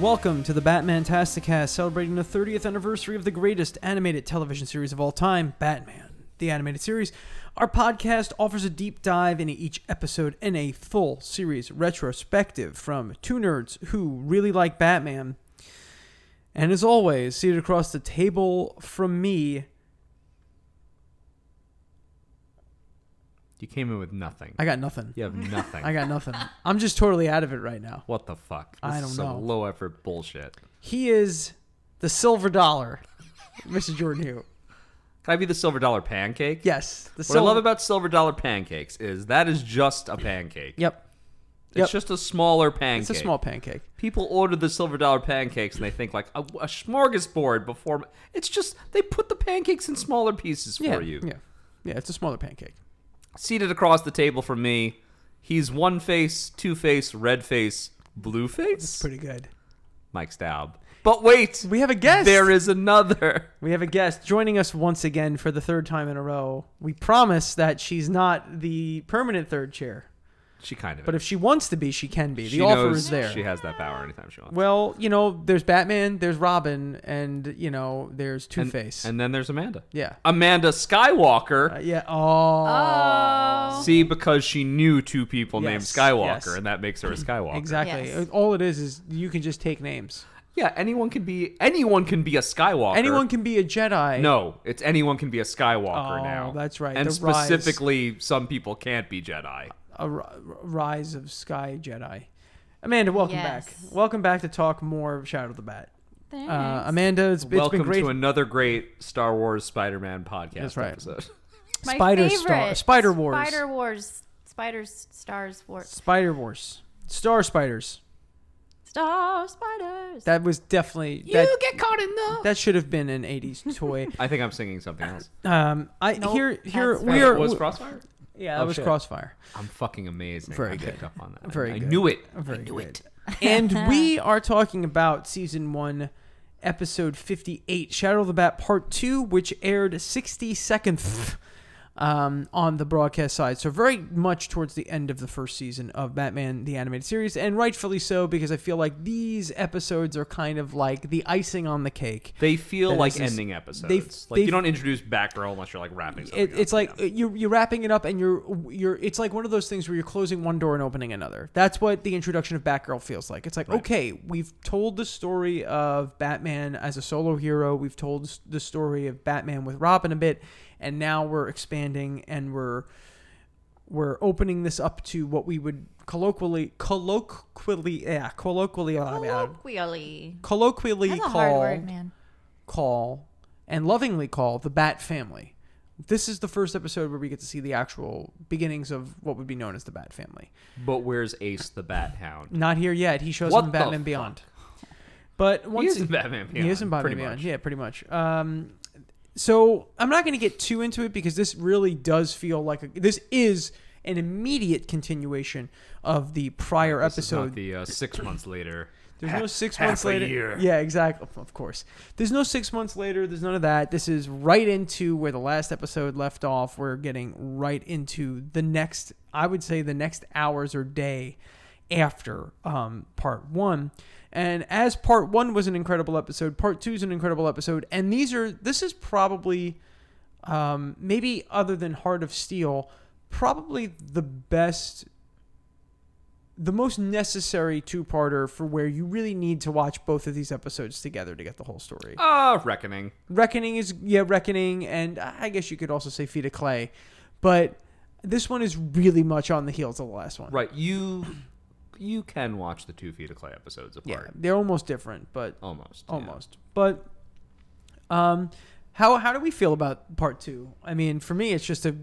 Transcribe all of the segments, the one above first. Welcome to the Batman Tasticast, celebrating the 30th anniversary of the greatest animated television series of all time, Batman, the animated series. Our podcast offers a deep dive into each episode and a full series retrospective from two nerds who really like Batman. And as always, seated across the table from me, You came in with nothing. I got nothing. you have nothing. I got nothing. I'm just totally out of it right now. what the fuck? This I don't is some know. low effort bullshit. He is the silver dollar, Mr. Jordan Hugh. Can I be the silver dollar pancake? Yes, the What I love about silver dollar pancakes is that is just a pancake. Yep, It's yep. just a smaller pancake. it's a small pancake. People order the silver dollar pancakes and they think like a, a smorgasbord before. m- It's just they put the pancakes in smaller pieces yeah, for you. Yeah, yeah, it's a smaller pancake. Seated across the table from me, he's one face, two face, red face, blue face. Pretty good. Mike Staub. But wait, We have a guest. there is another. we have a guest joining us once again for the third time in a row. We promise that she's not the permanent third chair, She kind of. but if she wants to be, she can be. The She offer knows is there. She has that power anytime she wants. well, you know, there's Batman, there's Robin, and you know, there's Two Face. And then there's Amanda. yeah, Amanda Skywalker. Uh, yeah. Oh, Oh. See, because she knew two people named Yes, Skywalker, yes. and that makes her a Skywalker. exactly. Yes. All it is is you can just take names. Yeah, anyone can be anyone can be a Skywalker. Anyone can be a Jedi. No, it's anyone can be a Skywalker Oh, now. that's right, And the rise. specifically, some people can't be Jedi. a ri- rise of Sky Jedi. Amanda, welcome Yes. back. Welcome back to talk more of Shadow of the Bat. Thanks. Uh, Amanda, it's, it's Welcome been great. to another great Star Wars Spider-Man podcast That's right. episode. My Spider Star- favorite. Spider Wars. Spider Wars. Spiders, stars, war, Spider Wars, Star Spiders. star spiders. That was definitely that. get caught in the. That should have been an '80s toy. I think I'm singing something else. Um, I Nope, here here that's we right. are. was Crossfire? yeah, that Oh, was shit. Crossfire. I'm fucking amazing. Very I picked good. up on that. Very I good. knew it. Very I knew good. it. and we are talking about season one, episode 58, Shadow of the Bat Part 2, which aired 62nd um, on the broadcast side. So, very much towards the end of the first season of Batman the Animated Series, and rightfully so, because I feel like these episodes are kind of like the icing on the cake. They feel That like is just- ending episodes. like they- you don't introduce background unless you're like wrapping something. It, up, it's you like uh, know? you're, you're wrapping it up and you're you're it's like one of those things where you're closing one door and opening another that's what the introduction of batgirl feels like it's like okay we've told the story of batman as a solo hero we've told s- the story of batman with robin a bit and now we're expanding and we're we're opening this up to what we would colloquially colloquially yeah colloquially Colloquially. colloquially That's a call hard word, man. call and lovingly call the Bat Family. This is the first episode where we get to see the actual beginnings of what would be known as the Bat Family. but where's Ace the Bat Hound? Not here yet. He shows What up in the Batman fuck? Beyond. But He once is in Batman Beyond. he is in Batman pretty Beyond. much. Yeah, pretty much. Um, so I'm not going to get too into it because this really does feel like a, this is an immediate continuation of the prior This is episode. not the uh, six months later. There's Ha- no six half months a later. year. Yeah, exactly. Of course. There's no six months later. There's none of that. This is right into where the last episode left off. We're getting right into the next, I would say, the next hours or day after um, part one. And as part one was an incredible episode, part two is an incredible episode. And these are, this is probably um, maybe other than Heart of Steel, probably the best, the most necessary two parter for where you really need to watch both of these episodes together to get the whole story. Ah, reckoning. Reckoning is, yeah, Reckoning, and I guess you could also say Feet of Clay, but this one is really much on the heels of the last one. Right, you you can watch the two feet of clay episodes Yeah, apart. they're almost different, but Almost. yeah. almost. But um, how how do we feel about part two? I mean, for me, it's just a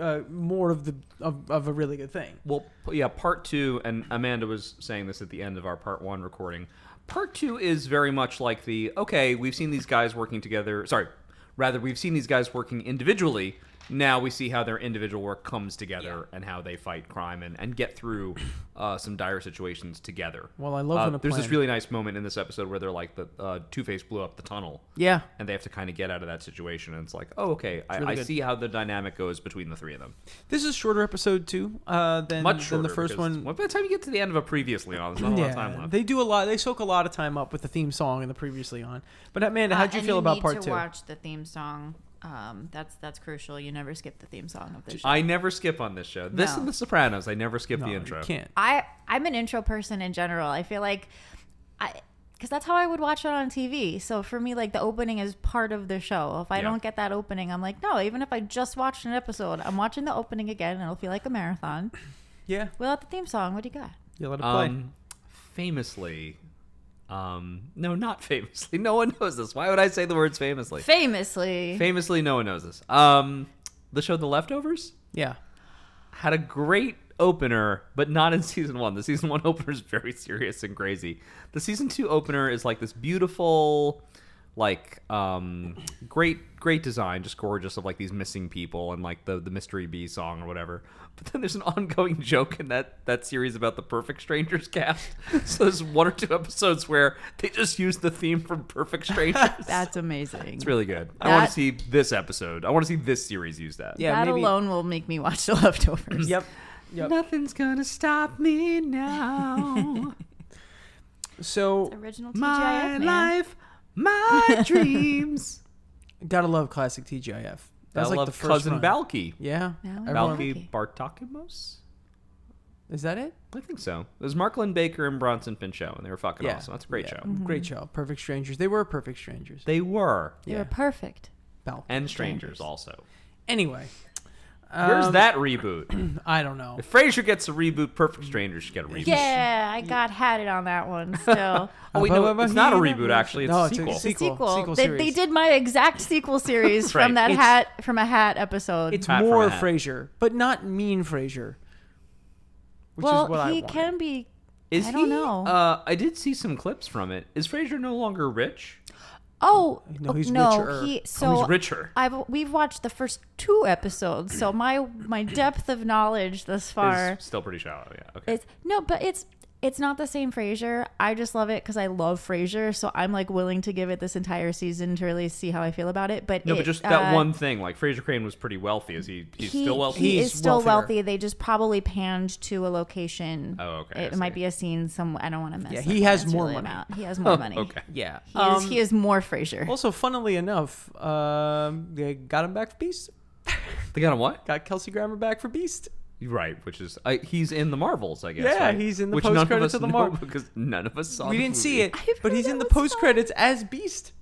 uh, more of the of, of a really good thing. Well, p- yeah, part two, and Amanda was saying this at the end of our part one recording. Part two is very much like the okay, we've seen these guys working together. Sorry, rather, we've seen these guys working individually now we see how their individual work comes together and how they fight crime and, and get through uh, some dire situations together. Well, I love Uh, when a There's this plan- really nice moment in this episode where they're like the uh, Two Face blew up the tunnel. Yeah. And they have to kind of get out of that situation, and it's like, oh, okay, I, really I good. see how the dynamic goes between the three of them. This is a shorter episode too uh, than Much than shorter. the first because one. By the time you get to the end of a previously on, there's not a lot of time left. they do a lot. They soak a lot of time up with the theme song and the previously on. But Amanda, Uh, how'd you and feel about need part to two? Watch the theme song. Um, that's that's crucial. You never skip the theme song of this. Show. I never skip on this show. This No. and The Sopranos, I never skip No, the you intro. can't. I I'm an intro person in general. I feel like I because that's how I would watch it on TV. So for me, like the opening is part of the show. If I Yeah. don't get that opening, I'm like, no. Even if I just watched an episode, I'm watching the opening again, and it'll feel like a marathon. Yeah, Without the theme song, what do you got? you let it play. Um, famously, um, no, not famously. No one knows this. Why would I say the words famously? Famously, famously, no one knows this. Um, the show The Leftovers yeah, had a great opener, but not in season one. The season one opener is very serious and crazy. The season two opener is like this beautiful, like um, great, great design, just gorgeous of like these missing people and like the the mystery bee song or whatever. But then there's an ongoing joke in that that series about the Perfect Strangers cast. so there's one or two episodes where they just use the theme from Perfect Strangers. that's amazing. it's really good. I want That- to see this episode. I want to see this series use that. yeah. that maybe- alone will make me watch the leftovers. Yep. Yep. Nothing's gonna stop me now. So Original TGIF my man. life, my dreams. gotta love classic TGIF. That's I like love the first cousin run. Balky. Yeah. Now we Everyone- know. Balky Bartokimos. Is that it? I think so. It was Marklin Baker and Bronson Pinchot, and they were fucking awesome. That's a great Yeah. show. Great show. Perfect strangers. They were perfect strangers. They were You're yeah. perfect. Bal- and strangers also. Anyway. Where's um, that reboot? I don't know. if Frasier gets a reboot, Perfect Strangers should get a reboot. Yeah, I got had it on that one. Still, Oh, wait, no, it's not a reboot. Actually, it's No, a it's a sequel. sequel. sequel they, series. they did my exact sequel series Right. from that It's- hat from a hat episode. It's Pat from more Manhattan. Frasier, but not mean Frasier. Which well, is what I he wanted. can be. Is I don't he- know. Uh, I did see some clips from it. Is Frasier no longer rich? Oh No, he's no, richer. he so Oh, he's richer. I've we've watched the first two episodes, so my my depth of knowledge thus far Is still pretty shallow. Yeah. Okay. It's no, but it's it's not the same Frasier. I just love it because I love Frasier, so I'm like willing to give it this entire season to really see how I feel about it. But No, it, but just that uh, one thing. Like Fraser Crane was pretty wealthy. Is he? He's he, still wealthy. He He's is still wealthier. wealthy. They just probably panned to a location. Oh, okay, I It see. Oh, might be a scene. Some I don't want to mess. Yeah, up he what has it's more really money. about. He has more money. Um, okay. Yeah. Um, He is he is more Frasier. Also, funnily enough, um, they got him back for Beast. They got him what? Got Kelsey Grammer back for Beast. Right, which is I he's in the Marvels, I guess. Yeah, right? he's in the which none of post-credits us of the know Mar- because none of us saw. we the didn't see movie. it, I've but heard he's that in the was fun. post credits as Beast.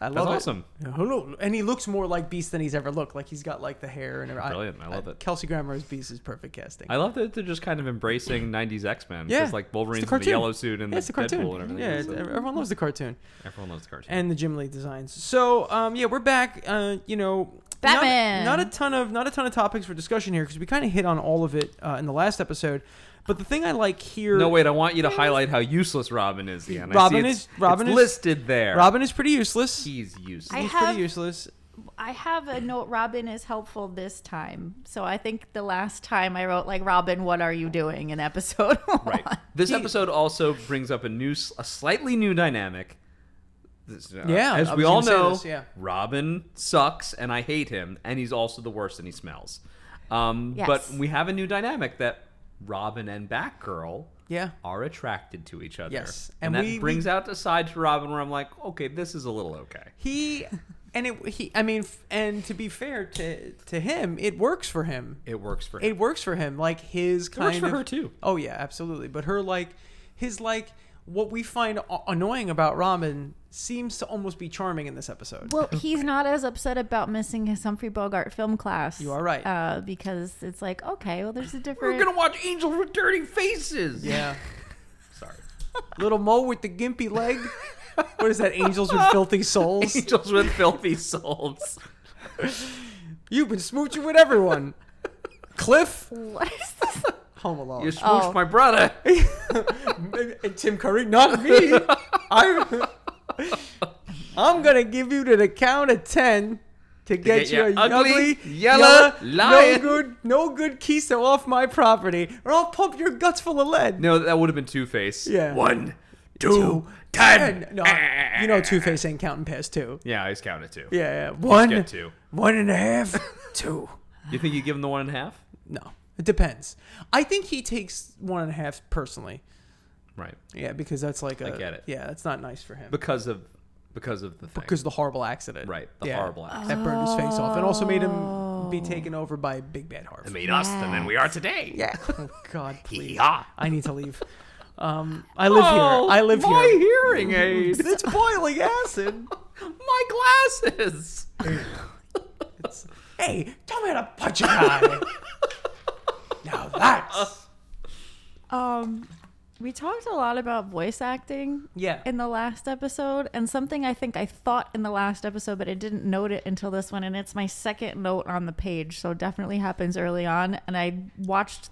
I love it. awesome. Yeah, hello. And he looks more like Beast than he's ever looked. Like he's got like the hair and everything. Brilliant, I love it. Kelsey Grammer as Beast is perfect casting. I love that they're just kind of embracing '90s X-Men. yeah, because like Wolverine's it's in the yellow suit and yeah, the, it's the cartoon. Deadpool and everything. Yeah, so everyone loves the cartoon everyone loves the cartoon. and the Jim Lee designs. So um, yeah, we're back. Uh, you know, not- Batman. Not, a ton of not a ton of topics for discussion here because we kind of hit on all of it uh, in the last episode. But the thing I like here, no, wait, I want you to highlight how useless Robin is. Ian. I see Robin it's- is- Robin it's is- listed there. Robin is pretty useless. he's useless. I He's have- pretty useless. I have a note. Robin is helpful this time. So I think the last time I wrote like Robin, what are you doing? in episode Right. one. This episode also brings up a new, a slightly new dynamic. This, uh, Yeah, as I we was all gonna say know, this, yeah. Robin sucks, and I hate him, and he's also the worst, and he smells. Um, But Yes. we have a new dynamic that Robin and Batgirl Yeah. are attracted to each other. Yes, and, and that we- brings out a side to Robin where I'm like, okay, this is a little okay. He and it he I mean f- and to be fair to to him, it works for him. It works for him. It works for him. Like his It works kind for of her, too. Oh yeah, absolutely. But her like his like what we find a- annoying about Robin seems to almost be charming in this episode. Well, he's not as upset about missing his Humphrey Bogart film class. You are right. Uh, because it's like, okay, well, there's a We're different. gonna watch Angels with Dirty Faces. yeah. Sorry. Little Mo with the gimpy leg. What is that? Angels with filthy souls. Angels with filthy souls. You've been smooching with everyone. Cliff, What is this? Home Alone. You smooshed Oh. my brother. and Tim Curry, not me. I, I'm gonna give you to the count of ten. to get, get your your ugly, ugly, yellow no lion. good, no good queso off my property, or I'll pump your guts full of lead. No, that would have been Two Face. Yeah. One, two, ten. And- no, you know Two Face ain't counting past two. Yeah, I just counted two. Yeah, yeah. one, get two. one and a half, two. You think you give him the one and a half? No, it depends. I think he takes one and a half personally. Right. Yeah, because that's like a. get it. Yeah, that's not nice for him. Because of because of the thing. because of the horrible accident. right. The Yeah. horrible accident. That burned his face off, and also made him be taken over by Big Bad Harv. Oh, That made us and then we are today. Yeah. Oh God, please. Yeah. I need to leave. Um, I live here. I live Oh, my here. hearing aids. It's boiling acid. my glasses. It's, hey, tell me how to punch a guy. now that's Um, we talked a lot about voice acting yeah. in the last episode, and something I think I thought in the last episode, but I didn't note it until this one, and it's my second note on the page, so it definitely happens early on. And I watched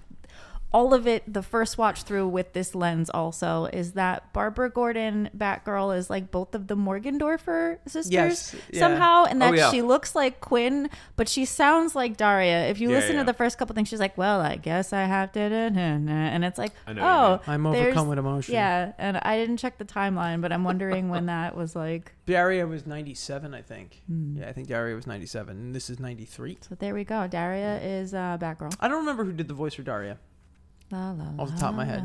all of it the first watch through with this lens also is that Barbara Gordon Batgirl is like both of the Morgendorfer sisters Yes, yeah. somehow and Oh, that yeah. she looks like Quinn but she sounds like Daria if you Yeah, listen yeah. to the first couple things she's like well I guess I have to and it's like I know what you mean. oh I'm there's- overcome with emotion. yeah, and I didn't check the timeline, but I'm wondering when that was like. Daria was 97, I think. Yeah, I think Daria was 97, and this is 93. So there we go. Daria is uh, Batgirl. I don't remember who did the voice for Daria La, la, off the top of my head.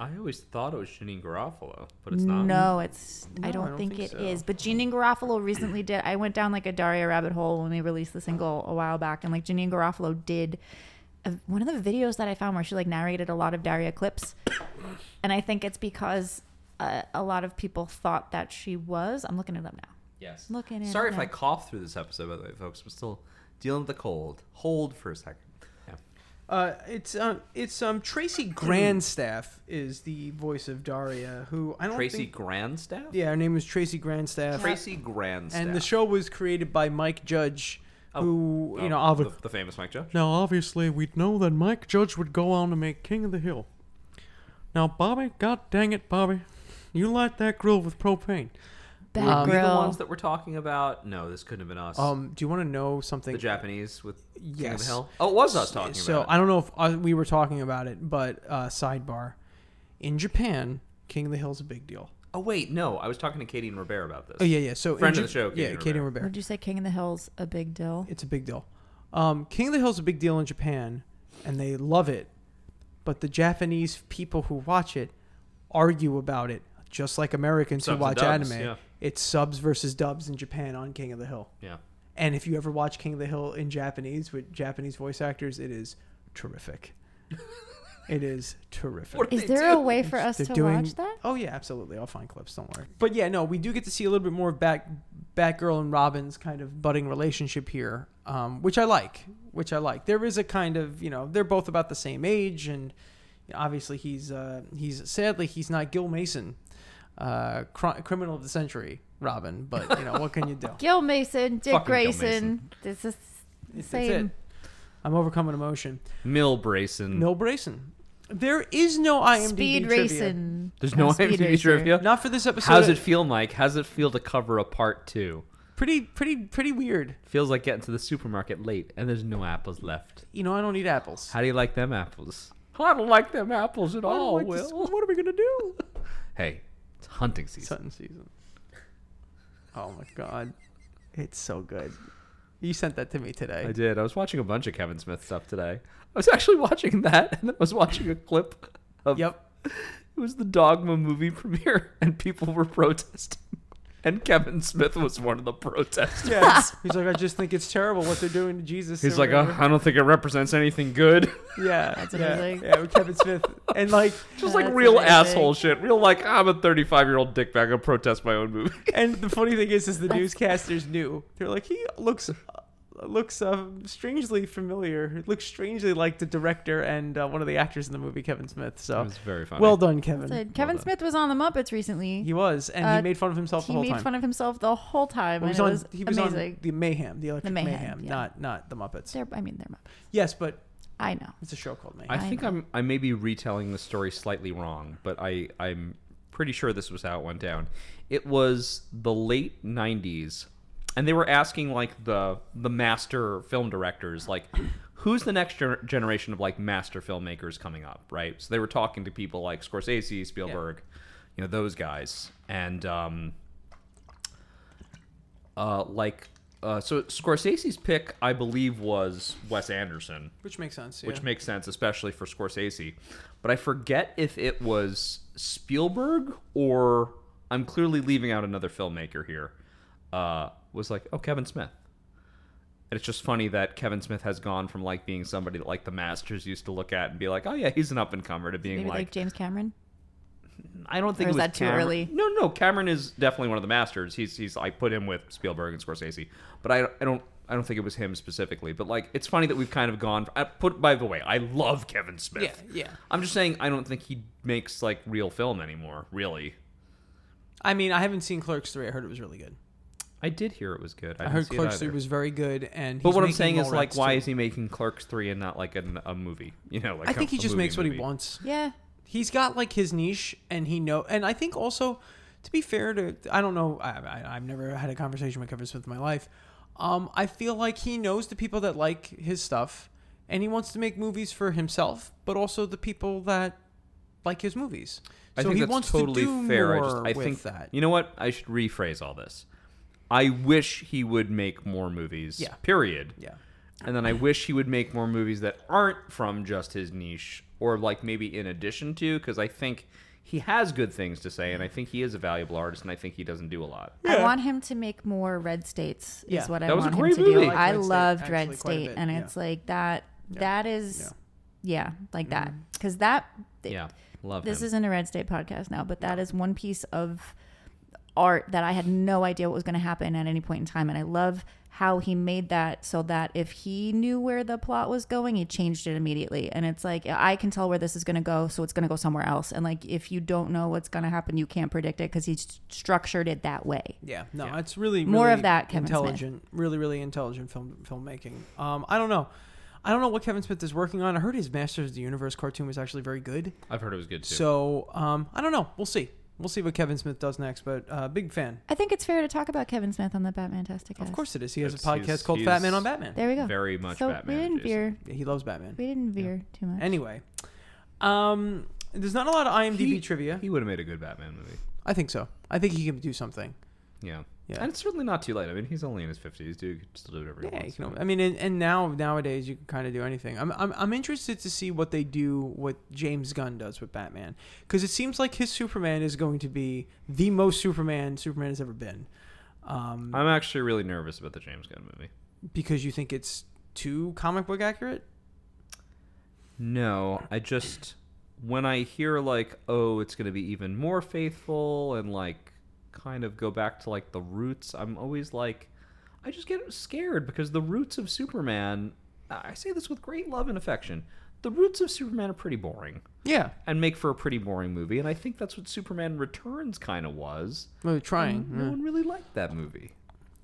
I always thought it was Janine Garofalo, but it's not. No, it's. I, don't I don't think, it think is. so. But Janine Garofalo recently did. I went down like a Daria rabbit hole when they released the single a while back, and like Janine Garofalo did a, one of the videos that I found where she like narrated a lot of Daria clips, and I think it's because uh, a lot of people thought that she was. I'm looking it up now. Yes. Looking it Sorry if up. I cough through this episode, by the way, folks. I'm still dealing with the cold. Hold for a second. Yeah. Uh, it's um, it's um, Tracy Grandstaff is the voice of Daria, who I don't Tracy think. Grandstaff? Yeah, her name was Tracy Grandstaff. Tracy Grandstaff. and the show was created by Mike Judge, who Oh, you know, the, obvi- the famous Mike Judge. Now, obviously, we'd know that Mike Judge would go on to make King of the Hill. Now, Bobby, god dang it, Bobby, you light that grill with propane. Were we the Batgirl. ones that we're talking about? No, this couldn't have been us. um, do you want to know something? the Japanese with King of Yes. the Hill. Oh, it was us talking so about. I don't know if uh, we were talking about it, but uh, sidebar: in Japan, King of the Hill's a big deal. it. Oh wait, no, I was talking to Katie and Robert about this. Oh yeah, yeah. So in Friend of the Ja- show, Katie yeah, Rivera. Katie Rivera. Would you say King of the Hill's a big deal? It's a big deal. Um, King of the Hill's a big deal in Japan, and they love it. But the Japanese people who watch it argue about it, just like Americans Subs who and watch dubs, anime. yeah. It's subs versus dubs in Japan on King of the Hill. Yeah. And if you ever watch King of the Hill in Japanese with Japanese voice actors, it is terrific. it is terrific. What- Is They there a do. way for us They're to doing- watch that? Oh yeah, absolutely. I'll find clips. Don't worry. But yeah, no, we do get to see a little bit more of Bat Batgirl and Robin's kind of budding relationship here, um, which I like. Which I like. There is a kind of you know they're both about the same age, and obviously he's uh, he's sadly he's not Gil Mason, uh, cr- criminal of the century, Robin. But you know what can you do? Gil Mason, Dick Fucking Gil Grayson. This is It's- that's same. it. I'm overcoming emotion. Mill Brayson. No Brayson. There is no IMDb Speed trivia. racing. There's no Speed IMDb racer. trivia. Not for this episode. How's it feel, Mike? How's it feel to cover a part two? Pretty, pretty, pretty weird. Feels like getting to the supermarket late and there's no apples left. You know, I don't eat apples. How do you like them apples? I don't like them apples at I don't all, like this- Will. What are we gonna do? Hey, it's hunting season. Sutton season. Oh my god, it's so good. You sent that to me I today. did. I was watching a bunch of Kevin Smith stuff today. I was actually watching that, and then I was watching a clip of Yep. It was the Dogma movie premiere, and people were protesting. And Kevin Smith was one of the protesters. Yeah. He's like, I just think it's terrible what they're doing to Jesus. He's or like, "Uh, whatever." I don't think it represents anything good. yeah, That's what I yeah, was like. yeah, with Kevin Smith, and like, Just Yeah, like that's real amazing. asshole shit. Real like, I'm a 35 year old dickbag. I protest my own movie. and the funny thing is, is the newscasters knew. They're like, he looks. Looks um, strangely familiar. Looks strangely like the director and uh, one of the actors in the movie, Kevin Smith. So very funny. Well done, That's Kevin. it. Kevin done. Smith was on the Muppets recently. He was, and he Uh, made fun of himself the he whole made time. fun of himself the whole time, Well, and he was it on, was he was on amazing. the Mayhem, the Electric Mayhem, Mayhem, yeah. not not the Muppets. They're- I mean, they're Muppets. Yes, but I know. it's a show called Mayhem. I I think know. I'm I may be retelling the story slightly wrong, but I I'm pretty sure this was how it went down. It was the late 90s. and they were asking like the the master film directors like who's the next gener- generation of like master filmmakers coming up right so they were talking to people like scorsese spielberg you know those guys and um uh like uh, so scorsese's pick i believe was wes anderson Which makes sense. which makes sense, especially for Scorsese. But I forget if it was Spielberg or I'm clearly leaving out another filmmaker here. Uh, was like, oh, Kevin Smith. And it's just funny that Kevin Smith has gone from like being somebody that like the masters used to look at and be like, oh yeah, he's an up and comer, to being Maybe like, like, James Cameron. I don't think it Or is was that too Cameron. early? No, no, Cameron is definitely one of the masters. He's he's I put him with Spielberg and Scorsese, but I I don't I don't think it was him specifically. But like it's funny that we've kind of gone. I put by the way, I love Kevin Smith. Yeah, yeah. I'm just saying I don't think he makes like real film anymore. Really, I mean, I haven't seen Clerks three. I heard it was really good. I did hear it was good. I, I didn't heard see it Clerks either. three was very good, and But he's what I'm making saying is like, Mallrats, why too. is he making Clerks three and not like an, a movie? You know, like I a- think he a just movie makes what he movie. wants. Yeah. He's got like his niche, and he know. And I think also, to be fair to, I don't know. I, I I've never had a conversation with Kevin Smith in my life. Um, I feel like he knows the people that like his stuff, and he wants to make movies for himself, but also the people that like his movies. I so think he that's wants totally to do fair. more I just I with think that. You know what? I should rephrase all this. I wish he would make more movies. Yeah. Period. Yeah. And then I wish he would make more movies that aren't from just his niche or like maybe in addition to cuz I think he has good things to say and I think he is a valuable artist and I think he doesn't do a lot. I want him to make more Red States. Yeah. Is what I That was a want great him to movie. do. like Red I I State, loved actually, Red quite a State, bit, and yeah. Mm. it's like that. That is, yeah, like that. Because that. Yeah. Love This him. isn't a Red State podcast now, but that is one piece of art that I had no idea what was going to happen at any point in time. And I love how he made that so that if he knew where the plot was going, he changed it immediately. And it's like, I can tell where this is going to go, so it's going to go somewhere else. And like, if you don't know what's going to happen, you can't predict it because he s- structured it that way. Yeah, no, it's really More of really that, Kevin Smith. intelligent, really, really intelligent film filmmaking. Um, I don't know, I don't know what Kevin Smith is working on. I heard his Masters of the Universe cartoon was actually very good. I've heard it was good too. So um, I don't know. We'll see. We'll see what Kevin Smith does next. But uh, big fan, I think it's fair to talk about Kevin Smith on the Batman Tastic. of course it is. He has a It's- he's- podcast called Fat Man he's- on Batman. There we go. Very much so Batman We didn't adjacent. veer. Yeah, He loves Batman. We didn't veer too much. Anyway, um, there's not a lot of IMDb He- trivia. He would have made a good Batman movie. I think so. I think he can do something. Yeah. Yeah. And it's certainly not too late. I mean, he's only in his 50s, dude. He could still do whatever he Yeah, you wants. can, I mean, and, and now nowadays you can kind of do anything. I'm, I'm I'm interested to see what they do, what James Gunn does with Batman, because it seems like his Superman is going to be the most Superman Superman has ever been, um, I'm actually really nervous about the James Gunn movie. because you think it's too comic book accurate. No, I just when I hear like, oh, it's going to be even more faithful and like kind of go back to like the roots, I'm always like I just get scared because the roots of Superman, I say this with great love and affection. The roots of Superman are pretty boring Yeah, and make for a pretty boring movie, and I think that's what Superman Returns kind of was. well, trying. No one really liked that movie. Mm-hmm.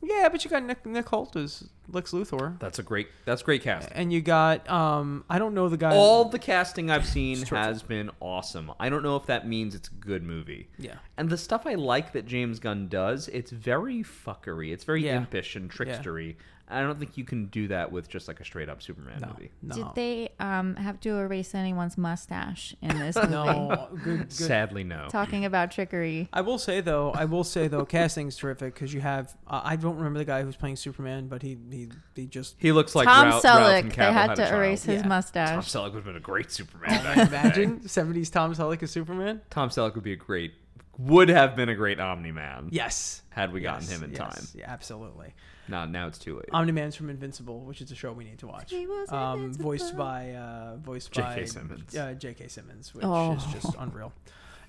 Yeah, but you got Nick Nick Holt as Lex Luthor, That's a great that's great casting. and you got um I don't know the guy. All the casting I've seen terrific. has been awesome. I don't know if that means it's a good movie. yeah, And the stuff I like that James Gunn does, it's very fuckery. It's very Yeah. impish and trickstery. I don't think you can do that with just like a straight up Superman no, movie. no, Did they um, have to erase anyone's mustache in this movie? no, good, good Sadly, no. Talking about trickery. I will say though, I will say though, casting's terrific because you have uh, I don't remember the guy who's playing Superman, but he he, he just He looks like Tom Ralph, Ralph and Selleck. Cavill They had, had a to child. erase his Yeah. Tom mustache. Selleck would have been a great Superman. back in the day. imagine seventies Tom Selleck as Superman. Tom Selleck would be a great, would have been a great Omni Man. Yes, Had we gotten Yes, him in yes, Um, time. Yeah, absolutely. No, now it's too late. Omni Man's from Invincible, which is a show we need to watch. He was Um, invincible. voiced by uh, voiced J.K. by Simmons. Uh, J.K. Simmons, which Oh. is just unreal.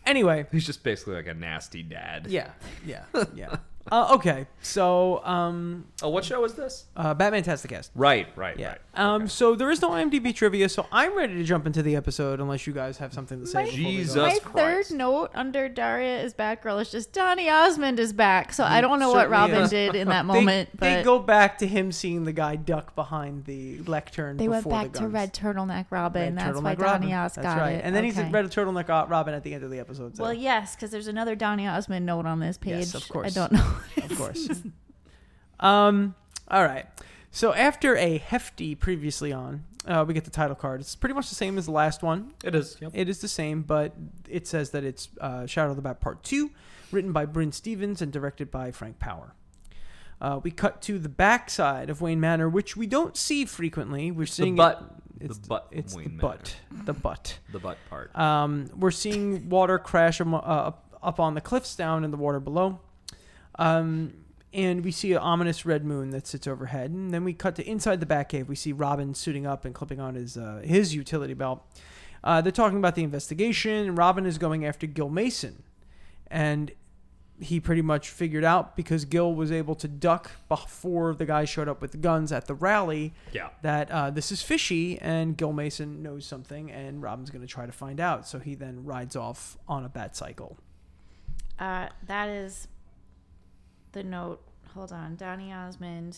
Anyway, He's just basically like a nasty dad. yeah, yeah, yeah. uh, okay, so um, Oh, what show is this? uh, Batman Test the Cast. Right, right, Yeah. right. Um. Okay. So there is no IMDb trivia, so I'm ready to jump into the episode unless you guys have something to say. before we go. Jesus. My Christ. third note under Daria is Batgirl is just Donny Osmond is back. So I don't know what certainly Robin is. did in that They- moment, they, but they, go back to him seeing the guy duck behind the lectern. went before back the to guns. Red Turtleneck Robin. Red That's turtleneck why Robin. Donny Osmond That's got right. it. And then okay. he's a red turtleneck o- Robin at the end of the episode. So. Well, yes, because there's another Donny Osmond note on this page. Yes, of course. I don't know. of course. Um, all right. So after a hefty previously on, uh, we get the title card. It's pretty much the same as the last one. It is. Yep. It is the same, but it says that it's uh, Shadow of the Bat Part 2, written by Bryn Stevens and directed by Frank Power. Uh, we cut to the backside of Wayne Manor, which we don't see frequently. We're The seeing butt. It, it's the butt. of It's the Wayne Manor. butt. The butt. The butt part. Um, we're seeing water crash amo- uh, up, up on the cliffs down in the water below. Um, and we see an ominous red moon that sits overhead. And then we cut to inside the Batcave. We see Robin suiting up and clipping on his, uh, his utility belt. Uh, they're talking about the investigation. Robin is going after Gil Mason. And he pretty much figured out because Gil was able to duck before the guy showed up with the guns at the rally yeah. that uh, this is fishy and Gil Mason knows something and Robin's going to try to find out. So he then rides off on a bat cycle. Uh, that is the note. Hold on, Donny Osmond.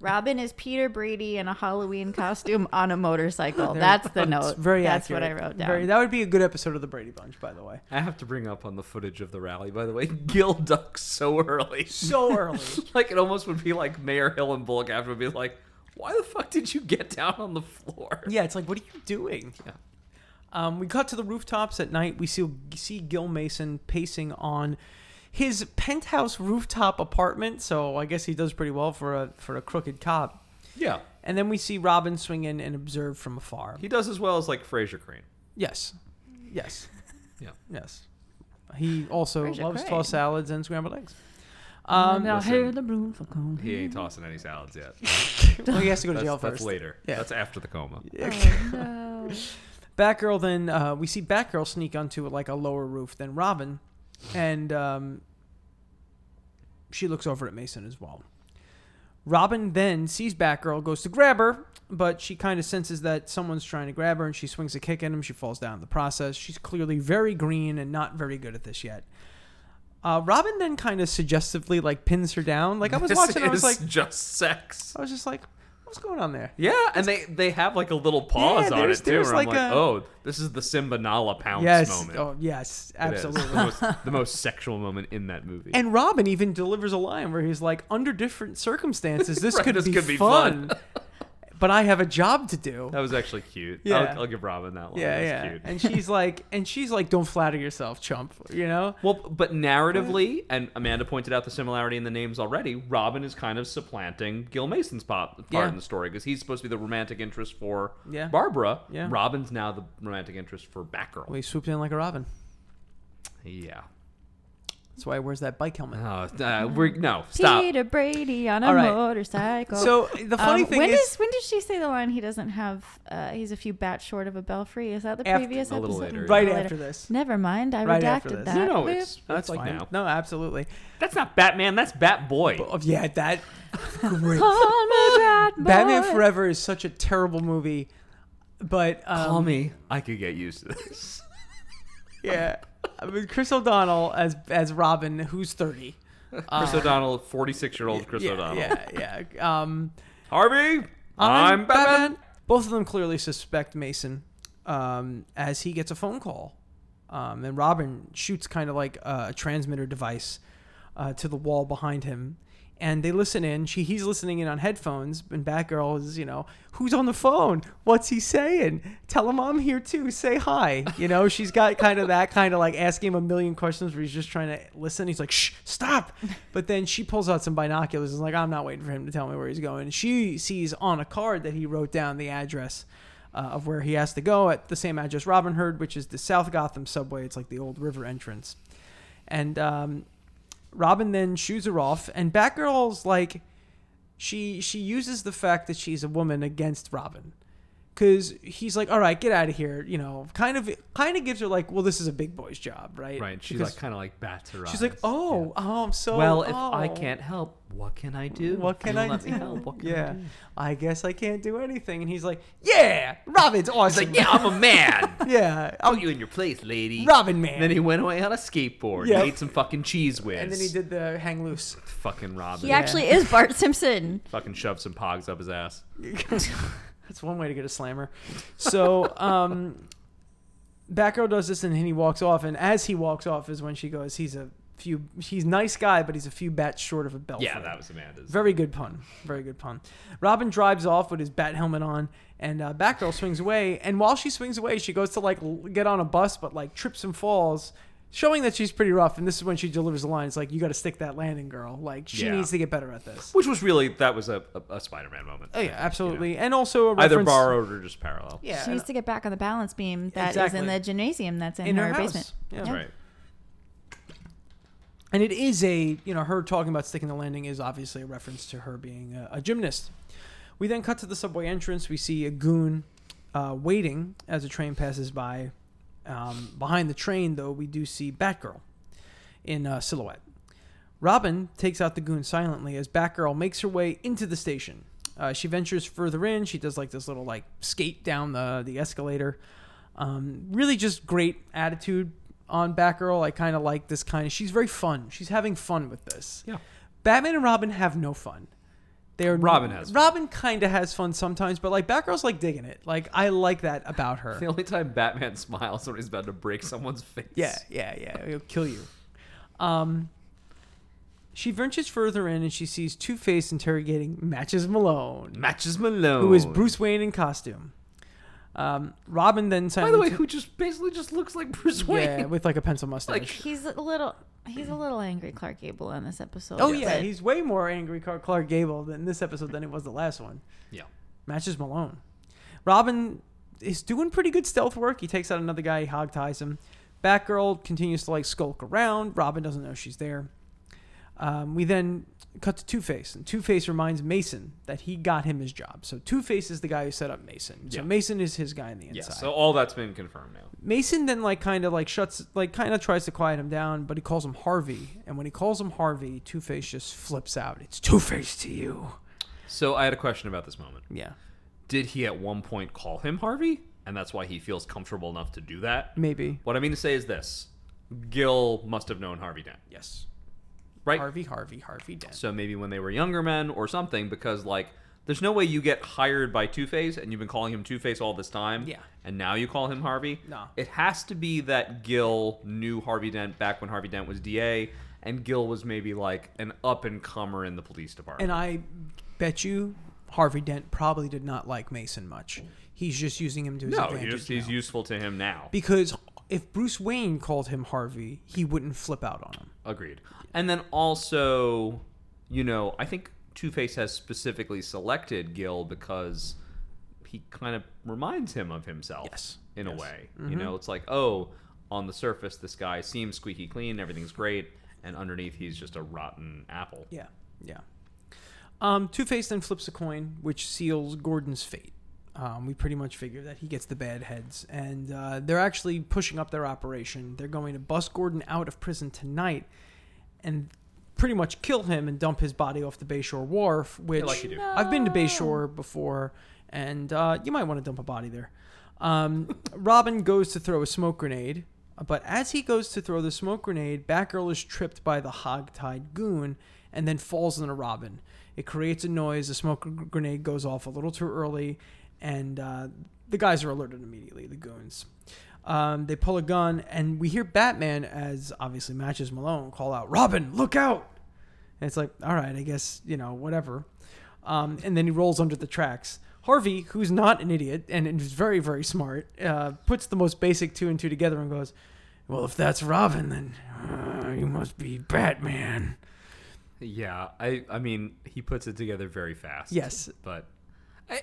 Robin is Peter Brady in a Halloween costume on a motorcycle. There- That's the It's note. very That's accurate. what I wrote down. Very- that would be a good episode of the Brady Bunch, by the way. I have to bring up on the footage of the rally. By the way, Gil ducks so early. So early. like it almost would be like Mayor Hill and Bullock after would be like, "Why the fuck did you get down on the floor?" yeah, it's like, what are you doing? Yeah. Um, we cut to the rooftops at night. We see see Gil Mason pacing on his penthouse rooftop apartment. So I guess he does pretty well for a for a crooked cop. Yeah. And then we see Robin swing in and observe from afar. He does as well as like Fraser Crane. Yes. Yes. Yeah. Yes. He also Fraser loves Crane. tossed salads and scrambled eggs. Um, Listen. hear the broom for He ain't tossing any salads yet. well, Mm-hmm. he has to go to That's, jail that's first. later. Yeah. That's after the coma. Oh, Batgirl then uh, we see Batgirl sneak onto like a lower roof than Robin, and um, she looks over at Mason as well. Robin then sees Batgirl, goes to grab her, but she kind of senses that someone's trying to grab her, and she swings a kick at him. She falls down in the process. She's clearly very green and not very good at this yet. Uh, Robin then kind of suggestively like pins her down. Like I was This watching, I was is like, Oh. just sex. I was just like, what's going on there? Yeah, and they they have like a little pause Yeah, on there's- it too. there's Where I'm like like, a- oh, this is the Simba Nala pounce yes. moment. Oh, yes. It is. Absolutely. the, most, the most sexual moment in that movie. And Robin even delivers a line where he's like, under different circumstances, this, Right, could, this be could be fun. fun." but I have a job to do. that was actually cute. Yeah. I'll, I'll give Robin that one. yeah, That's yeah. cute. And she's like, and she's like, don't flatter yourself, chump. You know? Well, but narratively, and Amanda pointed out the similarity in the names already. Robin is kind of supplanting Gil Mason's pop, part Yeah. in the story because he's supposed to be the romantic interest for Yeah. Barbara. Yeah. Robin's now the romantic interest for Batgirl. Well, he swoops in like a robin. Yeah. That's why he wears that bike helmet. Uh, uh, we're no stop. Peter Brady on a All right. motorcycle. So the funny Um, thing when is, does- when did she say the line? He doesn't have. Uh, he's a few bats short of a belfry. Is that the After- previous A little episode? later, right A little after later. this. Never mind. I Right after redacted this. that. No, no, Boop. it's that's like fine. now. No, absolutely. That's not Batman. That's Batboy. But, oh, yeah, that. Great. Call me Bat Boy. Batman Forever is such a terrible movie, but um, Call me. I could get used to this. yeah, I mean, Chris O'Donnell as as Robin, who's thirty. Chris O'Donnell, forty-six-year-old Chris yeah, O'Donnell. Yeah, yeah. Um, Harvey, I'm, Batman. Both of them clearly suspect Mason um, as he gets a phone call. Um, and Robin shoots kind of like a transmitter device uh, to the wall behind him. And they listen in. She, he's listening in on headphones. And Batgirl is, you know, who's on the phone? What's he saying? Tell him I'm here too. Say hi. You know, she's got kind of that kind of like asking him a million questions where he's just trying to listen. He's like, shh, stop. But then she pulls out some binoculars and is like, I'm not waiting for him to tell me where he's going. She sees on a card that he wrote down the address uh, of where he has to go at the same address Robin heard, which is the South Gotham subway. It's like the old river entrance. And um, Robin then shoes her off, and Batgirl's like, she she uses the fact that she's a woman against Robin, because he's like, all right, get out of here, you know. Kind of kind of gives her like, well, this is a big boy's job, right? Right. She's Because like kind of like bats her she's like, eyes. oh, oh, I'm so well, if I oh." can't help, what can I do? What If can you'll I let do? Me help, what can I yeah, do? I, guess I can't do anything. And he's like, yeah, Robin's He's awesome. like, yeah, I'm a man. yeah, I'll put you in your place, lady. Robin man. And then he went away on a skateboard. Yeah. He ate some fucking cheese whiz. and then he did the hang loose. Fucking Robin. He actually is Bart Simpson. Fucking shoved some pogs up his ass. That's one way to get a slammer. So, um, Batgirl does this and then he walks off. And as he walks off is when she goes, he's a few. He's nice guy, but he's a few bats short of a belt. Yeah, for it. that was Amanda's. Very good pun. Very good pun. Robin drives off with his bat helmet on, and uh, Batgirl swings away. And while she swings away, she goes to like l- get on a bus, but like trips and falls, showing that she's pretty rough. And this is when she delivers the line. It's like you got to stick that landing, girl. Like she Yeah. needs to get better at this. Which was really that was a, a, a Spider-Man moment. Oh yeah, absolutely. And also a Either reference- borrowed or just parallel. Yeah, she and- needs to get back on the balance beam that is Exactly. in the gymnasium that's in, in her, her, house. basement. Yeah. That's right. And it is a, you know, her talking about sticking the landing is obviously a reference to her being a, a gymnast. We then cut to the subway entrance. We see a goon uh, waiting as a train passes by. Um, behind the train, though, we do see Batgirl in uh, silhouette. Robin takes out the goon silently as Batgirl makes her way into the station. Uh, she ventures further in. She does like this little like skate down the the escalator. Um, really, just great attitude on Batgirl. I kind of like this kind of. She's very fun. She's having fun with this. Yeah. Batman and Robin have no fun. They are Robin has fun. Robin kind of has fun sometimes, but like Batgirl's like digging it. Like I like that about her. The only time Batman smiles when he's about to break someone's face. Yeah, yeah, yeah. It'll kill you. Um, she ventures further in and she sees Two Face interrogating Matches Malone, Matches Malone. who is Bruce Wayne in costume. Um, Robin then By the silently way, who just basically just looks like Bruce Wayne. yeah, with like a pencil mustache. He's a little he's a little angry Clark Gable in this episode. oh yeah, but he's way more angry Car- Clark Gable than this episode than it was the last one. Yeah. Matches Malone. Robin is doing pretty good stealth work. He takes out another guy, he hogties him. Batgirl continues to like skulk around. Robin doesn't know she's there. Um, we then cut to Two Face, and Two Face reminds Mason that he got him his job. So Two Face is the guy who set up Mason. So Yeah. Mason is his guy on the Yeah. inside. So all that's been confirmed now. Mason then like kind of like shuts like kind of tries to quiet him down, but he calls him Harvey. And when he calls him Harvey, Two Face just flips out. It's Two Face to you. So I had a question about this moment. Yeah, Did he at one point call him Harvey? And that's why he feels comfortable enough to do that? maybe. What I mean to say is this Gil must have known Harvey Dent, Yes. right? Harvey, Harvey, Harvey. Dent. So maybe when they were younger men or something, because like there's no way you get hired by Two Face and you've been calling him Two Face all this time. Yeah. And now you call him Harvey. No. It has to be that Gil knew Harvey Dent back when Harvey Dent was DA, and Gil was maybe like an up and comer in the police department. And I bet you Harvey Dent probably did not like Mason much. He's just using him to his no, advantage. he's, he's now. useful to him now. because if Bruce Wayne called him Harvey, he wouldn't flip out on him. Agreed. And then also, you know, I think Two Face has specifically selected Gil because he kind of reminds him of himself Yes. in a way. You know, it's like, oh, on the surface, this guy seems squeaky clean, everything's great, and underneath, he's just a rotten apple. Yeah, yeah. Um, Two Face then flips a coin, which seals Gordon's fate. Um, we pretty much figure that he gets the bad heads, and uh, they're actually pushing up their operation. They're going to bust Gordon out of prison tonight, and pretty much kill him and dump his body off the Bayshore Wharf. Which like you do. No. I've been to Bayshore before, and uh, you might want to dump a body there. Um, Robin goes to throw a smoke grenade, but as he goes to throw the smoke grenade, Batgirl is tripped by the hogtied goon and then falls into Robin. It creates a noise. The smoke gr- grenade goes off a little too early, and uh, the guys are alerted immediately. The goons. Um, they pull a gun, and we hear Batman, as obviously matches Malone, call out, "Robin, look out!" And it's like, all right, I guess, you know, whatever. Um, and then he rolls under the tracks. Harvey, who's not an idiot and is very, very smart, uh, puts the most basic two and two together and goes, well, if that's Robin, then uh, you must be Batman. Yeah, I, I mean, he puts it together very fast. Yes. But I, I,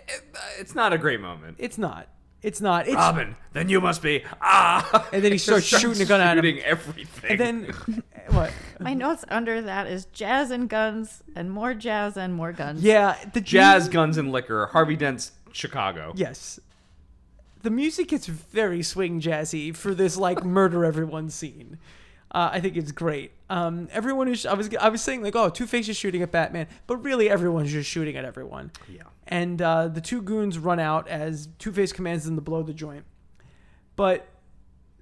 it's not a great moment. It's not. It's not. It's, Robin, then you must be ah. And then he Just starts shooting a gun at him. shooting everything. and then, what? my notes under that is jazz and guns and more jazz and more guns. Yeah, the jazz, guns, and liquor. Harvey Dent's Chicago. Yes. The music gets very swing jazzy for this like murder everyone scene. Uh, I think it's great. Um, everyone is. I was. I was saying like, oh, Two Face is shooting at Batman, but really everyone's just shooting at everyone. Yeah. And uh, the two goons run out as Two Face commands them to blow the joint, but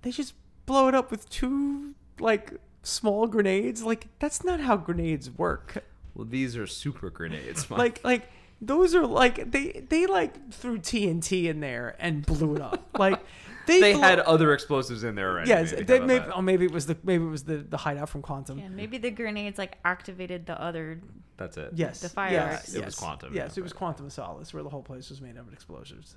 they just blow it up with two like small grenades. Like that's not how grenades work. Well, these are super grenades. Mike. Like like Those are like they they like threw TNT in there and blew it up. Like they, They blew- had other explosives in there already. yes. maybe. How They, about maybe that? oh, maybe it was the maybe it was the the hideout from Quantum. Yeah, maybe the grenades like activated the other. That's it. Yes. The fire Yes. arcs. It yes. was Quantum, Yes, yeah. it was Quantum of Solace, where the whole place was made up of explosives,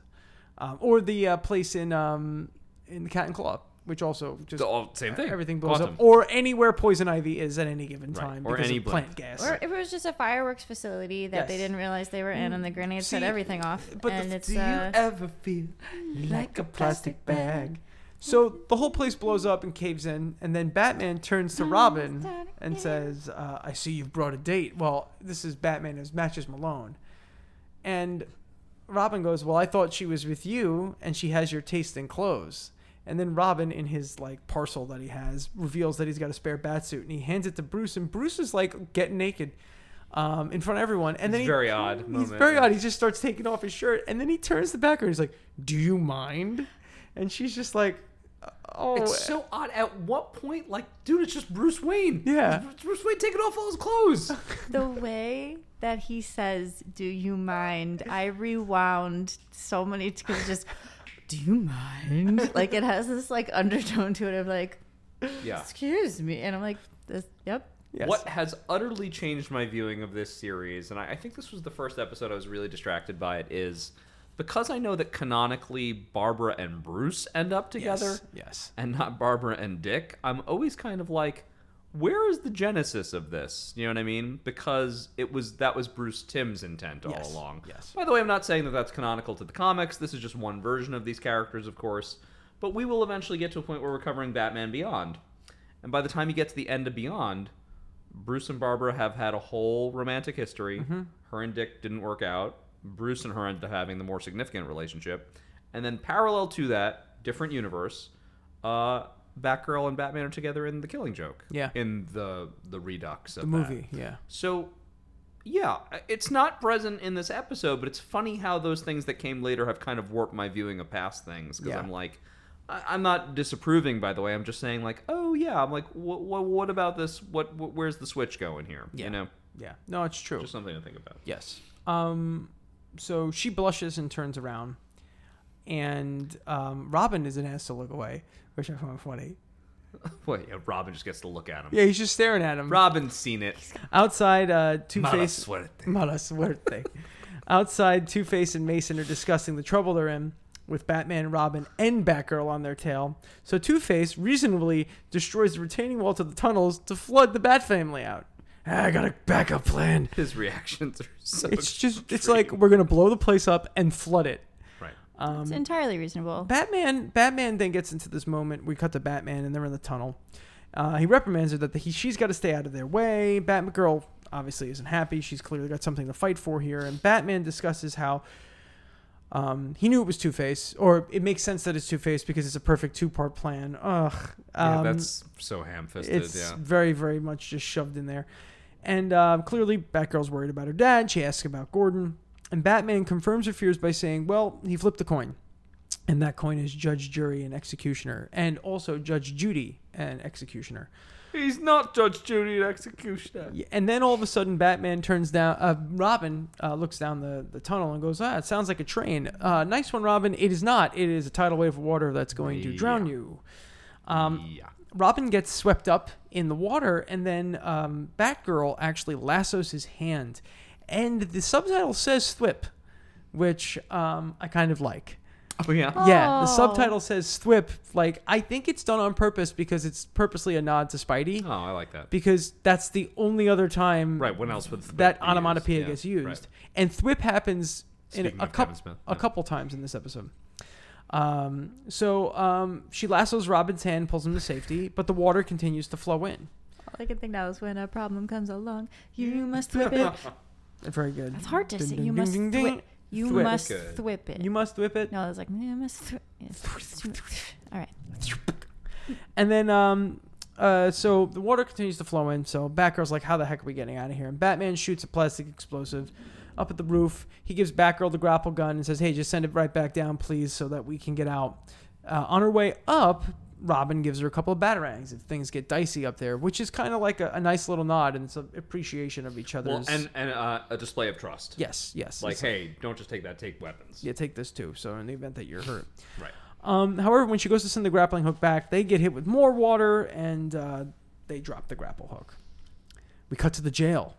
um, or the uh, place in um, in the Cat and Claw, which also just So, all- same thing. everything blows Quantum. up, or anywhere poison ivy is at any given Right, time, or because any of plant blimp. gas. Or if it was just a fireworks facility that they Yes. didn't realize they were in, and the grenades set See, everything off. but and the- it's Do you uh, ever feel? Mm, like a plastic bag. So the whole place blows up and caves in, and then Batman turns to Robin and says, uh, "I see you've brought a date." Well, this is Batman as matches Malone, and Robin goes, "Well, I thought she was with you, and she has your taste in clothes." And then Robin, in his like parcel that he has, reveals that he's got a spare batsuit, and he hands it to Bruce, and Bruce is like getting naked um, in front of everyone, and then It's he, very odd moment, He's very yeah. odd. He just starts taking off his shirt, and then he turns the back and he's like, "Do you mind?" And she's just like, "Oh, It's so odd. At what point, like, dude, it's just Bruce Wayne. Yeah. It's Bruce Wayne taking off all his clothes. the way that he says, "Do you mind?" I rewound so many because just, "Do you mind?" Like it has this like undertone to it of like, yeah. "Excuse me," and I'm like, "This, yep." yes." What has utterly changed my viewing of this series, and I, I think this was the first episode I was really distracted by it, is because I know that canonically Barbara and Bruce end up together Yes. Yes. and not Barbara and Dick, I'm always kind of like, where is the genesis of this? You know what I mean? Because it was that was Bruce Timm's intent all Yes, along. yes. By the way, I'm not saying that that's canonical to the comics. This is just one version of these characters, of course. But we will eventually get to a point where we're covering Batman Beyond, and by the time you get to the end of Beyond, Bruce and Barbara have had a whole romantic history. Mm-hmm. Her and Dick didn't work out. Bruce and her ended up having the more significant relationship. And then, parallel to that, different universe, uh, Batgirl and Batman are together in The Killing Joke. Yeah. In the the redux of The that. movie, yeah. So, yeah, it's not present in this episode, but it's funny how those things that came later have kind of warped my viewing of past things because Yeah. I'm like, I- I'm not disapproving, by the way. I'm just saying, like, oh yeah, I'm like, what, what, what about this? What, what, where's the switch going here? Yeah. You know, Yeah. No, it's true. just something to think about. yes. Um, so she blushes and turns around, and um, Robin is an ass to look away, which I found funny. Wait, yeah, Robin just gets to look at him. Yeah, he's just staring at him. Robin's seen it. Outside, uh, Two Mala Face. suerte. Mala suerte. Outside, Two Face and Mason are discussing the trouble they're in with Batman, Robin, and Batgirl on their tail. So Two Face reasonably destroys the retaining wall to the tunnels to flood the Bat family out. "Ah, I got a backup plan. His reactions are so. It's just, it's extreme. like we're gonna blow the place up and flood it. Um, right. it's Mm. entirely reasonable. Batman, Batman then gets into this moment. We cut to Batman, and they're in the tunnel. Uh, he reprimands her that the, he, she's got to stay out of their way. Batgirl obviously isn't happy. She's clearly got something to fight for here. And Batman discusses how um, he knew it was Two Face, or it makes sense that it's Two Face because it's a perfect two part plan. Ugh. Yeah, Um, that's so ham-fisted. it's yeah. very, very much just shoved in there. And uh, clearly, Batgirl's worried about her dad. She asks about Gordon. And Batman confirms her fears by saying, well, he flipped the coin. And that coin is Judge, Jury, and Executioner. And also Judge Judy and Executioner. He's not Judge Judy and Executioner. Yeah, And then all of a sudden, Batman turns down. Uh, Robin uh, looks down the, the tunnel and goes, ah, it sounds like a train. Uh, nice one, Robin. It is not. It is a tidal wave of water that's going to drown Yeah. you. Um, yeah. Robin gets swept up in the water, and then um, Batgirl actually lassos his hand. And the subtitle says "thwip," which um, I kind of like. Oh yeah. Yeah, Oh. the subtitle says "thwip." Like I think it's done on purpose because it's purposely a nod to Spidey, Oh, I like that. because that's the only other time Right. When else would that be used? onomatopoeia Yeah, gets right. used. And thwip happens in Speaking a, of coup- Kevin Smith, a yeah. couple times in this episode. Um, so um, she lassos Robin's hand, pulls him to safety, but the water continues to flow in. All I can think now is when a problem comes along, you must whip it. Very good. It's hard to Ding, say. ding, You ding, must ding, ding. thwip. You Thwip. must Good. thwip it. You must whip it. No, I was like, you must thwip. it." All right. And then, um, uh, so the water continues to flow in. So Batgirl's like, "How the heck are we getting out of here?" And Batman shoots a plastic explosive up at the roof. He gives Batgirl the grapple gun and says, "Hey, just send it right back down, please, so that we can get out." Uh, on her way up, Robin gives her a couple of batarangs if things get dicey up there, which is kind of like a, a nice little nod and some appreciation of each Well, other's. and and uh, a display of trust. yes, yes. Like, it's hey, don't just take that. Take weapons. yeah, take this too. So in the event that you're hurt. Right. Um, however, when she goes to send the grappling hook back, they get hit with more water and uh, they drop the grapple hook. We cut to the jail.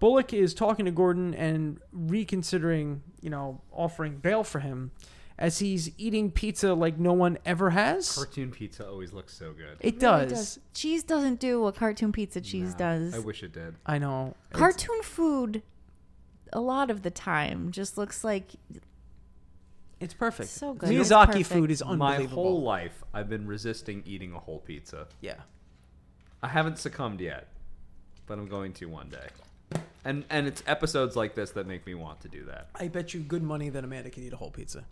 Bullock is talking to Gordon and reconsidering, you know, offering bail for him as he's eating pizza like no one ever has. Cartoon pizza always looks so good. It really does. Cheese doesn't do what cartoon pizza cheese Nah, does. I wish it did. I know. It's- cartoon food a lot of the time just looks like It's perfect. So good. Miyazaki It's perfect. food is My unbelievable. whole life, I've been resisting eating a whole pizza. yeah. I haven't succumbed yet, but I'm going to one day. And and it's episodes like this that make me want to do that. I bet you good money that Amanda can eat a whole pizza.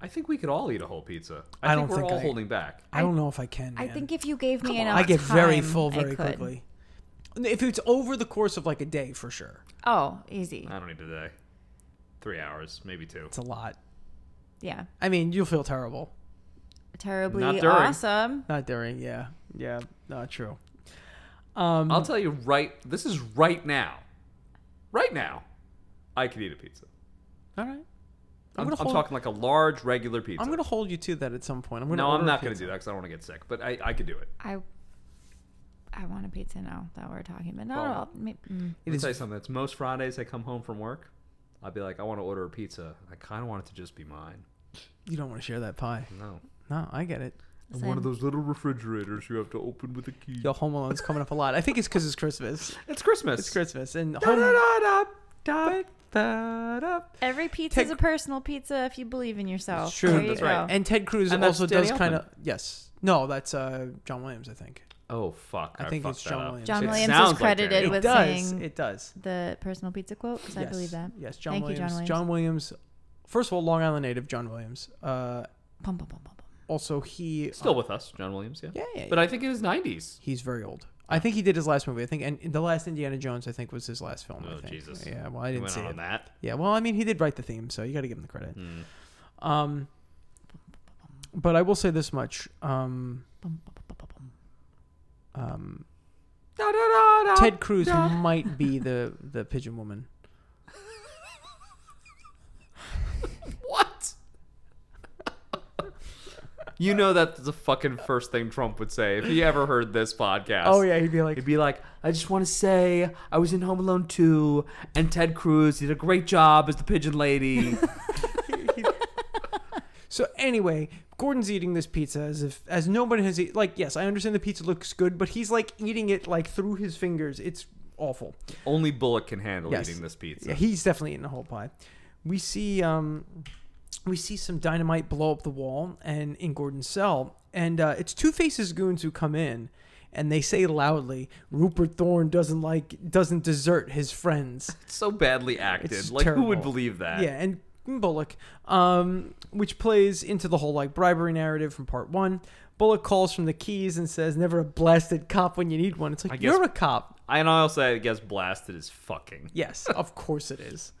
I think we could all eat a whole pizza. I I, don't think we're think all I- holding back. I, don't know if I can. I man. think if you gave me enough I get time, very full I very could. quickly. If it's over the course of like a day, for sure, Oh, easy. I don't need today. Three hours, maybe two. it's a lot. Yeah. I mean, you'll feel terrible. Terribly Not during. awesome. Not during, yeah, yeah, not true. Um, I'll tell you right. This is right now. Right now, I could eat a pizza. all right. I'm I'm, gonna I'm hold- talking like a large regular pizza. I'm gonna hold you to that at some point. I'm gonna. no, order I'm a not going to pizza. do that because I don't want to get sick. But I, I could do it. I I want a pizza now that we're talking about. Not Well- all. may- It mm. Let me is- tell you something. It's most Fridays I come home from work. I'd be like, I want to order a pizza. I kind of want it to just be mine. You don't want to share that pie. No. No, I get it. And One Same. of those little refrigerators you have to open with a key. Yo, Home Alone's coming up a lot. I think it's because it's Christmas. It's Christmas. It's Christmas and Da, Home. da, da, da, da, da. Every pizza is Take- a personal pizza if you believe in yourself. It's true. There you That's go. right. And Ted Cruz And that's also does Danny kind Elfman. of yes. No, that's uh, John Williams, I think. Oh fuck! I I, think fucked it's that John up. Williams. John It Williams is sounds like credited Danny It it with- was does. saying- It does. The personal pizza quote, because I Yes. believe that. Yes, John Thank you, Williams. John Williams. John Williams. First of all, Long Island native John Williams. Uh, Pum, pum, pum, pum, pum. also, he uh, Still with us, John Williams. Yeah. yeah, yeah, But I Oh. think it is '90s. he's very old. I think he did his last movie. I think, and the last Indiana Jones, I think, was his last film. I Oh, think. Jesus. Yeah. Well, I I didn't went see on it. that. Yeah. Well, I mean, he did write the theme, so you got to give him the credit. Mm. Um, but I will say this much. Um, Pum, pum, pum, pum, pum. um, Da, da, da, da. Ted Cruz might be the the pigeon woman. What? you know that's the fucking first thing Trump would say if he ever heard this podcast. Oh yeah, he'd be like, He'd be like, I just want to say I was in Home Alone 2 and Ted Cruz did a great job as the pigeon lady. So anyway, Gordon's eating this pizza as if as nobody has eat. Like, yes, I understand the pizza looks good, but he's like eating it like through his fingers. It's awful. Only Bullock can handle Yes. eating this pizza. Yeah, he's definitely eating a whole pie. We see um, we see some dynamite blow up the wall and in Gordon's cell, and uh, it's Two Faces goons who come in. And they say loudly, "Rupert Thorne doesn't like doesn't desert his friends." It's so badly acted. It's like who would terrible. believe that? Yeah, and Bullock, um, which plays into the whole like bribery narrative from part one. Bullock calls from the keys and says, "Never a blasted cop when you need one." It's like I guess- you're a cop. And I also I guess blasted is fucking. Yes, of course it is.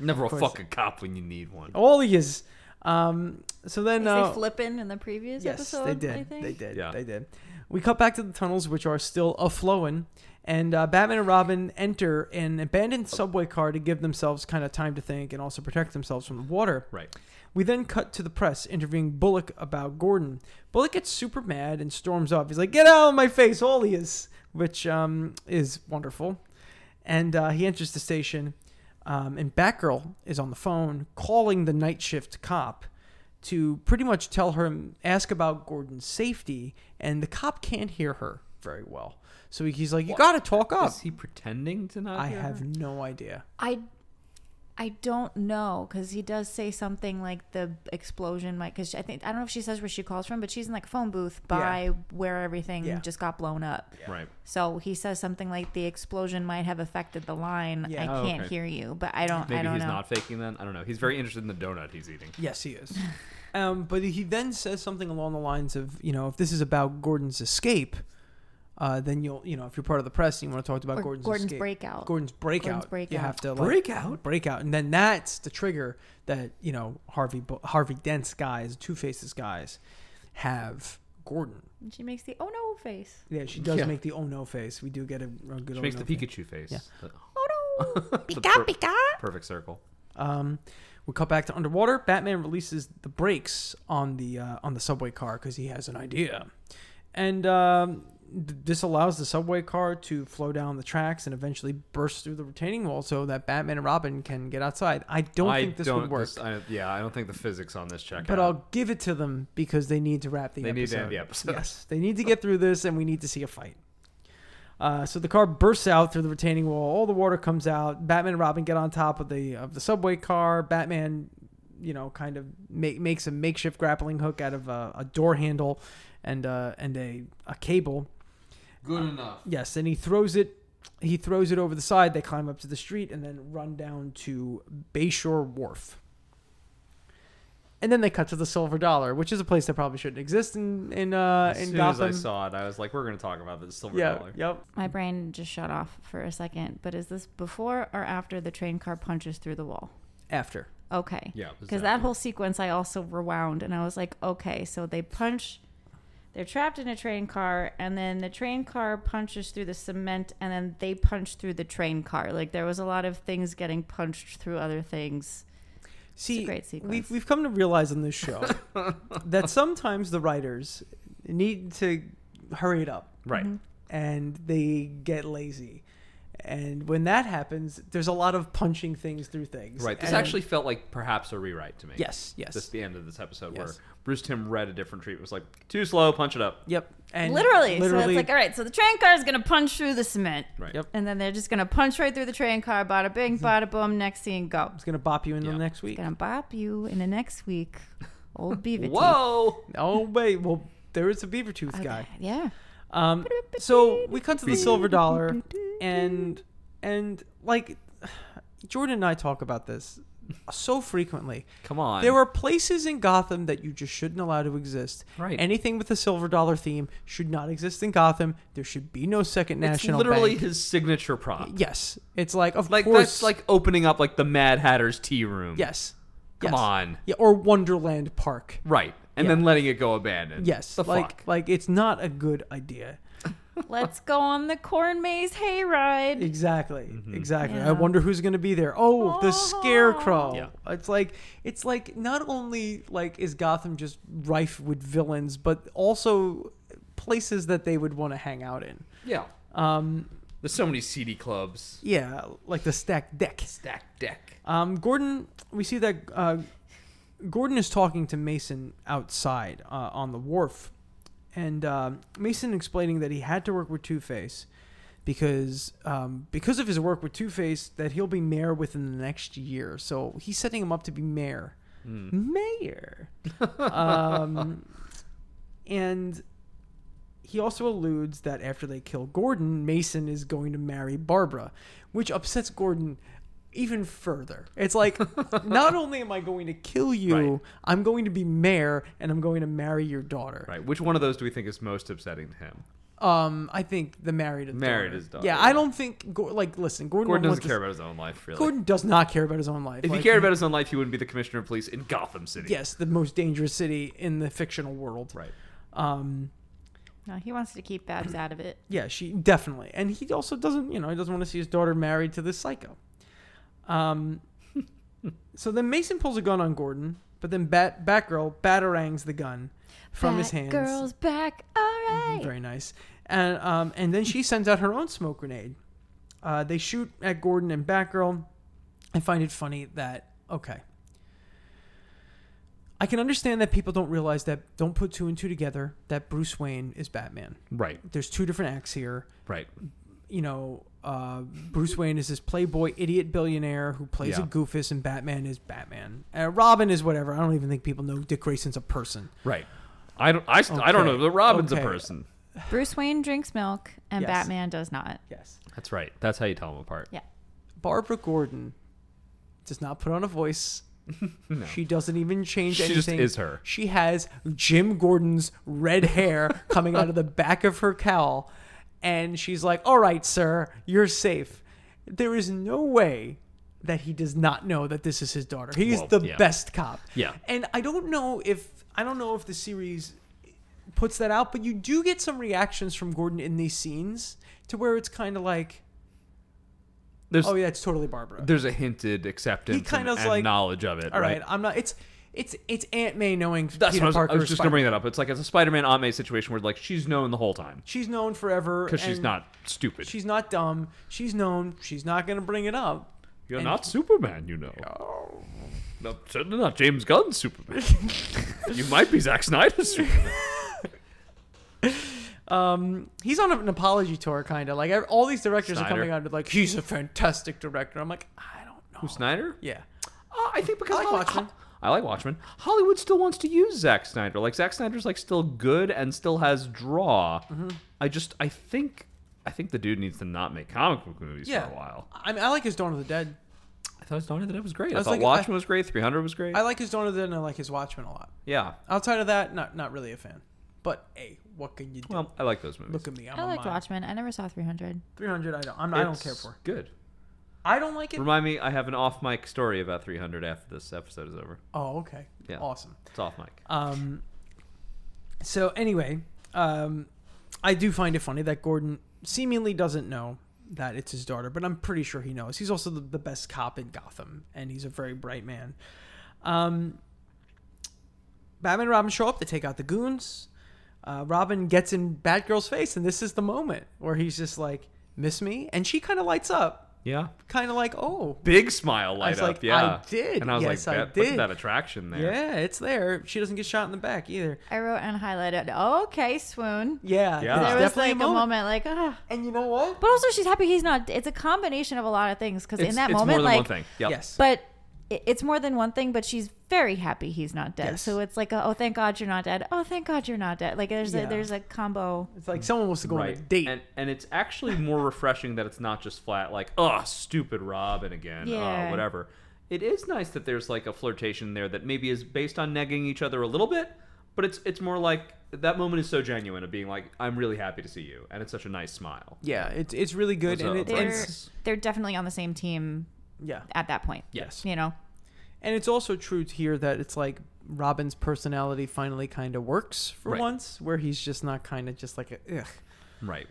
Never a course. fucking cop when you need one. All he is. Um, so then, Is uh, they flipping in the previous yes, episode? they I did. think? They did. Yeah. They did. We cut back to the tunnels, which are still a flowing, and uh, Batman and Robin enter an abandoned subway car to give themselves kind of time to think and also protect themselves from the water. Right. We then cut to the press interviewing Bullock about Gordon. Bullock gets super mad and storms off. He's like, "Get out of my face, all he is," which um, is wonderful. And uh, he enters the station, um, and Batgirl is on the phone calling the night shift cop to pretty much tell her ask about Gordon's safety, and the cop can't hear her very well. So he's like, "You got to talk up." Is he pretending to not Oh, I hear have her? no idea. I I don't know because he does say something like the explosion might because I think I don't know if she says where she calls from, but she's in like a phone booth by where everything Yeah. just got blown up. Right. So he says something like the explosion might have affected the line. Yeah. I Oh, can't okay. hear you, but I don't. I Maybe don't he's know. not faking then. I don't know. He's very interested in the donut he's eating. Yes, he is. um, but he then says something along the lines of, you know, if this is about Gordon's escape, uh, then you'll, you know, if you're part of the press and you want to talk about Or Gordon's, Gordon's escape, breakout. Gordon's breakout, Gordon's breakout. you have to like, Breakout? breakout, and then that's the trigger that you know Harvey Bo- Harvey Dent's guys, Two Faces guys, have Gordon. And she makes the oh no face. Yeah, she does Yeah. make the oh no face. We do get a, a good. She oh makes no the face. Pikachu face. Yeah. Oh no. The Pika per- pika. Perfect circle. Um, we cut back to underwater. Batman releases the brakes on the uh, on the subway car because he has an idea, and um, th- this allows the subway car to flow down the tracks and eventually burst through the retaining wall so that Batman and Robin can get outside. I don't I think this don't, would work, this- I- yeah, I don't think the physics on this check. but out. I'll give it to them because they need to wrap the They episode. need to end the episode. Yes, they need to get through this, and we need to see a fight. Uh, so the car bursts out through the retaining wall. All the water comes out. Batman and Robin get on top of the of the subway car. Batman, you know, kind of make, makes a makeshift grappling hook out of a, a door handle and uh, and a, a cable. Good enough. Yes, and he throws it. He throws it over the side. They climb up to the street and then run down to Bayshore Wharf. And then they cut to the Silver Dollar, which is a place that probably shouldn't exist in in uh, as in soon Gotham. as I saw it, I was like, "We're going to talk about this silver yeah, dollar." yep. My brain just shut off for a second. But is this before or after the train car punches through the wall? After Okay. Yeah, it was Because after. that whole sequence, I also rewound and I was like, okay, so they punch, they're trapped in a train car, and then the train car punches through the cement, and then they punch through the train car. Like there was a lot of things getting punched through other things. see, great we've sequence. we've come to realize on this show that sometimes the writers need to hurry it up Right. and they get lazy. And when that happens, there's a lot of punching things through things. Right. This And- actually felt like perhaps a rewrite to me. Yes, yes. This the end of this episode Yes. where Bruce Tim read a different treatment. Was like too slow, punch it up. Yep. And literally. So it's like, all right, so the train car is going to punch through the cement. Right. Yep. And then they're just going to punch right through the train car, bada bing, bada boom, next scene, go. It's gonna bop you in Yeah. the next Mm-hmm. week. Going to bop you in the next week. Old beaver teeth. Whoa! Oh wait, well there is a beaver tooth Okay, guy. Yeah. Um, so we cut to the silver dollar, and and like Jordan and I talk about this so frequently. Come on. There are places in Gotham that you just shouldn't allow to exist. Right. Anything with a silver dollar theme should not exist in Gotham. There should be no second it's national. literally Bank. his signature prop. Yes, it's like of Like course. that's like opening up like the Mad Hatter's tea room. yes. Come Yes. on. Yeah, or Wonderland Park. Right. And Yeah. then letting it go abandoned. Yes, The like fuck. like it's not a good idea. Let's go on the corn maze hayride. Exactly, exactly. I Yeah. wonder who's going to be there. Oh, the Aw. scarecrow. Yeah. It's like it's like not only like is Gotham just rife with villains, but also places that they would want to hang out in. Yeah. Um, There's so many CD clubs. yeah, like the stacked deck. Stack deck. Um, Gordon, we see that uh, Gordon is talking to Mason outside uh, on the wharf, and um Mason explaining that he had to work with Two Face because um, because of his work with Two Face that he'll be mayor within the next year. So he's setting him up to be mayor. Mayor. um, and he also alludes that after they kill Gordon, Mason is going to marry Barbara, which upsets Gordon even further. It's like, not only am I going to kill you, Right. I'm going to be mayor and I'm going to marry your daughter. Right. Which one of those do we think is most upsetting to him? Um, I think the married is Married daughter. is daughter, Yeah, I don't think Go- like listen, Gordon, Gordon Gordon doesn't care about his own life, really. Gordon does not care about his own life. if Like, he cared about his own life, he wouldn't be the commissioner of police in Gotham City. yes, the most dangerous city in the fictional world. Right. Um, No, he wants to keep Babs out of it. Yeah, she definitely. And he also doesn't, you know, he doesn't want to see his daughter married to this psycho. Um, so then Mason pulls a gun on Gordon, but then Bat Batgirl batarangs the gun from his hands. Girls back. All right. Very nice. And um, and then she sends out her own smoke grenade. Uh, they shoot at Gordon and Batgirl. I find it funny that okay. I can understand that people don't realize that don't put two and two together that Bruce Wayne is Batman. Right. There's two different acts here Right. you know, uh, Bruce Wayne is this playboy idiot billionaire who plays a Yeah. goofus, and Batman is Batman. Uh, Robin is whatever. I don't even think people know Dick Grayson's a person. Right. I don't. I, st- I don't Okay. know. The Robin's Okay. a person. Bruce Wayne drinks milk and Yes. Batman does not. Yes. That's right. That's how you tell them apart. Yeah. Barbara Gordon does not put on a voice. She doesn't even change She just anything. is her. She has Jim Gordon's red hair coming out of the back of her cowl, and she's like, "All right, sir, you're safe." There is no way that he does not know that this is his daughter. He's Well, the yeah. best cop. Yeah. and I don't know if I don't know if the series puts that out, but you do get some reactions from Gordon in these scenes to where it's kind of like, There's oh yeah, it's totally Barbara. there's a hinted acceptance He kinda and, was and like, knowledge of it. All right. right, I'm not. It's it's it's Aunt May knowing That's Peter what I was, Parker. I was just going to bring Spider- that up. It's like it's a Spider-Man Aunt May situation where like she's known the whole time She's known forever because she's and not stupid. She's not dumb. She's known. She's not going to bring it up. You're and- Oh. not Superman, you know. No, certainly not James Gunn's Superman. you might be Zack Snyder's Superman. Um, he's on an apology tour, kind of like ev- all these directors Snyder. are coming out with like he's a fantastic director. I'm like, I don't know. Snyder? Yeah, Uh, I think because I like Holly- Watchmen. I like Watchmen. Hollywood still wants to use Zack Snyder. Like Zack Snyder's like still good and still has draw. Mm-hmm. I just I think I think the dude needs to not make comic book movies yeah. for a while. I mean, I like his Dawn of the Dead. I thought Dawn of the Dead was great. I, I was thought like- Watchmen was great. Three Hundred was great. I like his Dawn of the Dead, and I like his Watchmen a lot. yeah. Outside of that, not not really a fan. But hey, what can you do? Well, I like those movies. Look at me. I'm I a liked mind. Watchmen. I never saw 300. 300. I don't. I'm, I don't It's care for. Good. I don't like it. Remind me, I have an off mic story about 300 after this episode is over. Oh, okay. Yeah. Awesome. It's off mic. Um, so anyway, um, I do find it funny that Gordon seemingly doesn't know that it's his daughter, but I'm pretty sure he knows. He's also the, the best cop in Gotham, and he's a very bright man. Um, Batman and Robin show up. They take out the goons. Uh, Robin gets in Batgirl's face, and this is the moment where he's just like, "Miss me," and she kind of lights up, Yeah. kind of like, "Oh, Big smile light was up. like, I yeah. did. And I was Yes, like, I that, look at did. that attraction there. yeah, it's there." She doesn't get shot in the back either. I wrote and highlighted. Okay, swoon. Yeah, Yeah. there's There was definitely like a moment, like ah. And you know what? But also, she's happy he's not. It's a combination of a lot of things because It's, in that it's more moment, than like, one thing. Yep. Yes. but it- it's more than one thing. But she's very happy he's not dead. Yes. So it's like, a, oh, thank God you're not dead. Oh, thank God you're not dead. Like there's Yeah. a there's a combo. It's like someone wants to go on a Right. date. And, and it's actually more refreshing that it's not just flat, like, oh, stupid Robin again, Yeah. oh, whatever. It is nice that there's like a flirtation there that maybe is based on negging each other a little bit, but it's it's more like that moment is so genuine of being like, I'm really happy to see you. And it's such a nice smile. yeah, it's it's really good, Those and are it, like- They're it's It's- they're definitely on the same team yeah, at that point. Yes. You know. and it's also true here that it's like Robin's personality finally kind of works for Right. once, where he's just not kind of just like a ugh. Right.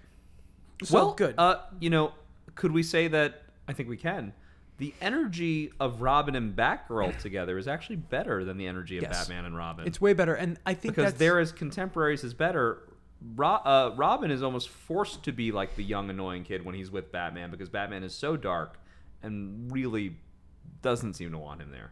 So, good. Uh, you know, could we say that? I think we can. The energy of Robin and Batgirl together is actually better than the energy of Yes. Batman and Robin. It's way better, and I think because that's, they're as contemporaries as better. Ro- uh, Robin is almost forced to be like the young annoying kid when he's with Batman because Batman is so dark and really doesn't seem to want him there.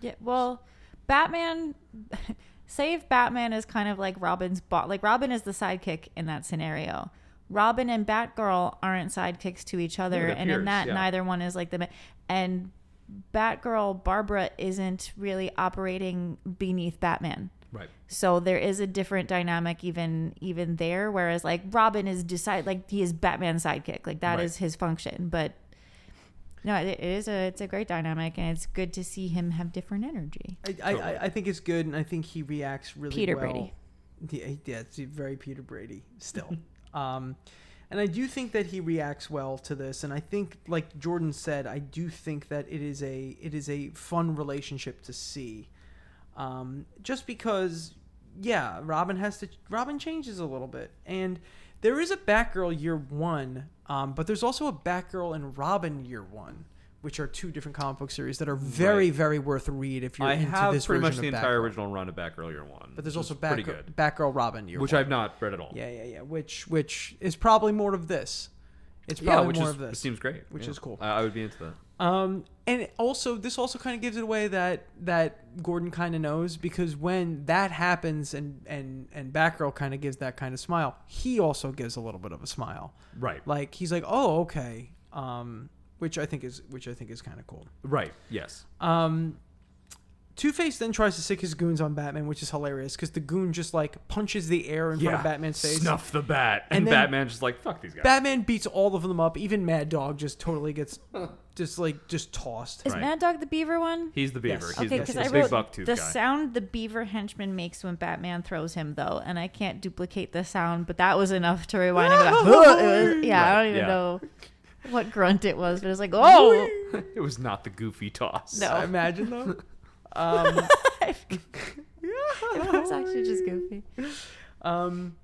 Yeah. Well, Batman. Save Batman is kind of like Robin's bot. Like Robin is the sidekick in that scenario. Robin and Batgirl aren't sidekicks to each other, they're and in peers, that, yeah. neither one is like the. ma- And Batgirl Barbara isn't really operating beneath Batman. Right. So there is a different dynamic even even there. Whereas like Robin is decide like he is Batman's sidekick. Like that is Right. his function. But no, it, it is a it's a great dynamic, and it's good to see him have different energy. I, I, I think it's good, and I think he reacts really Peter well. Brady. Yeah, he- yeah, it's very Peter Brady still. um, and I do think that he reacts well to this, and I think, like Jordan said, I do think that it is a it is a fun relationship to see, um, just because, yeah, Robin has to Robin changes a little bit, and there is a Batgirl year one, um, but there's also a Batgirl and Robin year one. Which are two different comic book series that are very, Right. very worth read if you're I into have this pretty much version the of entire Batgirl. original run of Batgirl Year One, But there's which also is pretty Batgirl, good, Batgirl Robin year which one. I've not read at all. Yeah, yeah, yeah. Which which is probably more of this. It's Yeah, probably which more is, of this. seems great. which yeah. is cool. I, I would be into that. Um, and it also this also kind of gives it away that that Gordon kind of knows because when that happens and and and Batgirl kind of gives that kind of smile, he also gives a little bit of a smile. Right. Like he's like, oh okay, um, which I think is which I think is kind of cool. Right. Yes. Um, Two Face then tries to sick his goons on Batman, which is hilarious because the goon just like punches the air in front of Batman's face. Snuff the bat, and, And then- Batman's just like, "Fuck these guys." Batman beats all of them up. Even Mad Dog just totally gets just like just tossed. Is Right. Mad Dog the Beaver one? He's the beaver. Yes. He's okay, the, because he's I the big wrote buck tooth the guy. sound the Beaver henchman makes when Batman throws him though, and I can't duplicate the sound. But that was enough to rewind. and go, "Huh," it was, yeah, I Right, don't even yeah. know what grunt it was, but it was like oh. it was not the goofy toss. No. I imagine though. Um, it was actually just goofy. Um,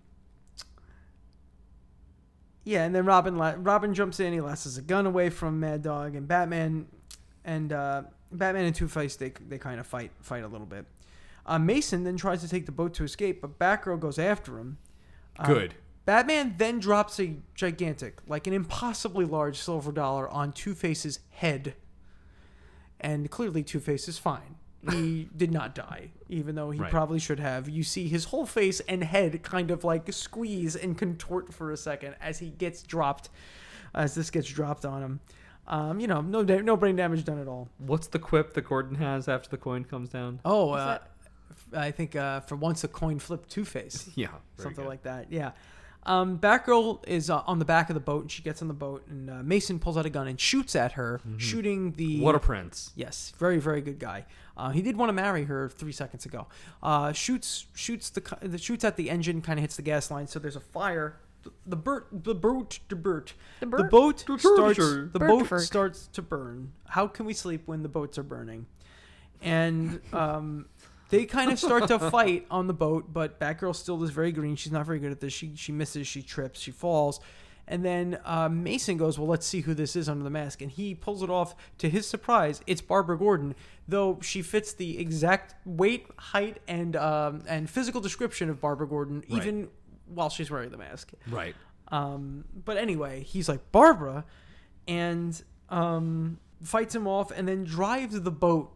yeah, and then Robin la- Robin jumps in. He lasts a gun away from Mad Dog, and Batman and uh, Batman and Two Face they they kind of fight fight a little bit. Uh, Mason then tries to take the boat to escape, but Batgirl goes after him. Uh, Good. Batman then drops a gigantic, like an impossibly large silver dollar on Two Face's head. And clearly, Two Face is fine. He did not die, even though he Right. probably should have. You see his whole face and head kind of like squeeze and contort for a second as he gets dropped, as this gets dropped on him. Um, you know, no, da- no brain damage done at all. What's the quip that Gordon has after the coin comes down? Oh, Is uh, that- f- I think uh, for once a coin flip Two Face. Yeah, very something good. like that. Yeah. Um, Batgirl is uh, on the back of the boat, and she gets on the boat, and uh, Mason pulls out a gun and shoots at her, shooting the. Mm-hmm. What a prince. Yes, very very good guy. Uh, he did want to marry her three seconds ago. Uh, shoots shoots the, cu- the shoots at the engine, kind of hits the gas line, so there's a fire. The, the Bert the boat the Bert The the Bert- boat the starts Bert- the Bert- boat Bert. starts to burn. How can we sleep when the boats are burning? And um, they kind of start to fight on the boat, but Batgirl still is very green. She's not very good at this. She she misses, she trips, she falls. And then uh, Mason goes, Well, let's see who this is under the mask. And he pulls it off. To his surprise, it's Barbara Gordon, though she fits the exact weight, height, and, um, and physical description of Barbara Gordon, Right. even while she's wearing the mask. Right. Um, but anyway, he's like Barbara, and um, fights him off, and then drives the boat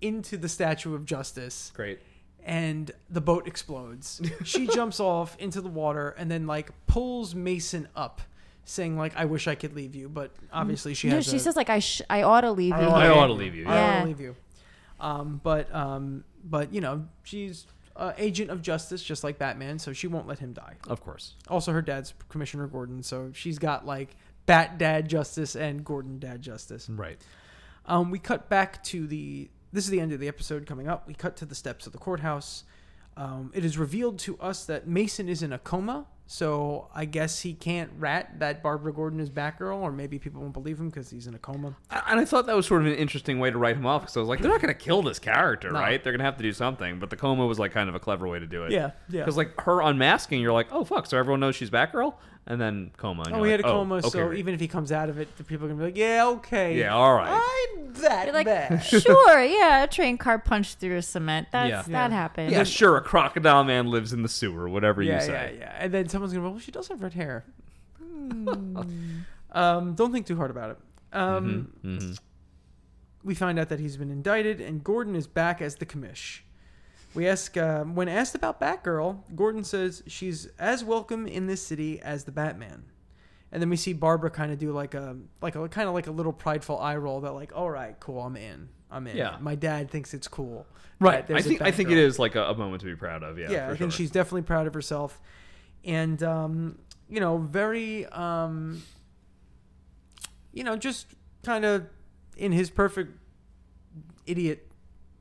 into the Statue of Justice, Great. and the boat explodes. she jumps off into the water, and then like pulls Mason up, saying like, "I wish I could leave you," but obviously she No, has. she a, says like I sh- I ought to leave you. I here." ought to leave you. I ought Yeah. to leave you. Um, but um, but you know she's. Uh, agent of justice, just like Batman, so she won't let him die. Of course. Also, her dad's Commissioner Gordon, so she's got like Bat Dad Justice and Gordon Dad Justice. Right. Um, we cut back to the. This is the end of the episode coming up. We cut to the steps of the courthouse. Um, it is revealed to us that Mason is in a coma, so I guess he can't rat that Barbara Gordon is Batgirl, or maybe people won't believe him because he's in a coma. And I thought that was sort of an interesting way to write him off because I was like, they're not going to kill this character, right? They're going to have to do something. But the coma was like kind of a clever way to do it. Yeah, yeah. Because like her unmasking, you're like, oh fuck, so everyone knows she's Batgirl, and then coma. And Oh, you're he like, had a coma, okay, so great. even if he comes out of it, the people are gonna be like, "Yeah, okay, Yeah, all right. I'm that You're like, bad." sure, yeah, a train car punched through a cement. That's Yeah. that Yeah. happened. Yeah, sure. A crocodile man lives in the sewer, whatever you Oh. yeah, say. yeah, yeah. And then someone's gonna be, well, she does have red hair. um, don't think too hard about it. Um, Mhm. We find out that he's been indicted, and Gordon is back as the commish. We ask um, when asked about Batgirl, Gordon says she's as welcome in this city as the Batman. And then we see Barbara kind of do like a like a kind of like a little prideful eye roll that like, all right, cool, I'm in, I'm in. Yeah. My dad thinks it's cool. Right. that there's I a think I think it Batgirl is like a, a moment to be proud of. Yeah. yeah, for I think sure. she's definitely proud of herself, and um, you know, very, um, you know, just kind of in his perfect idiot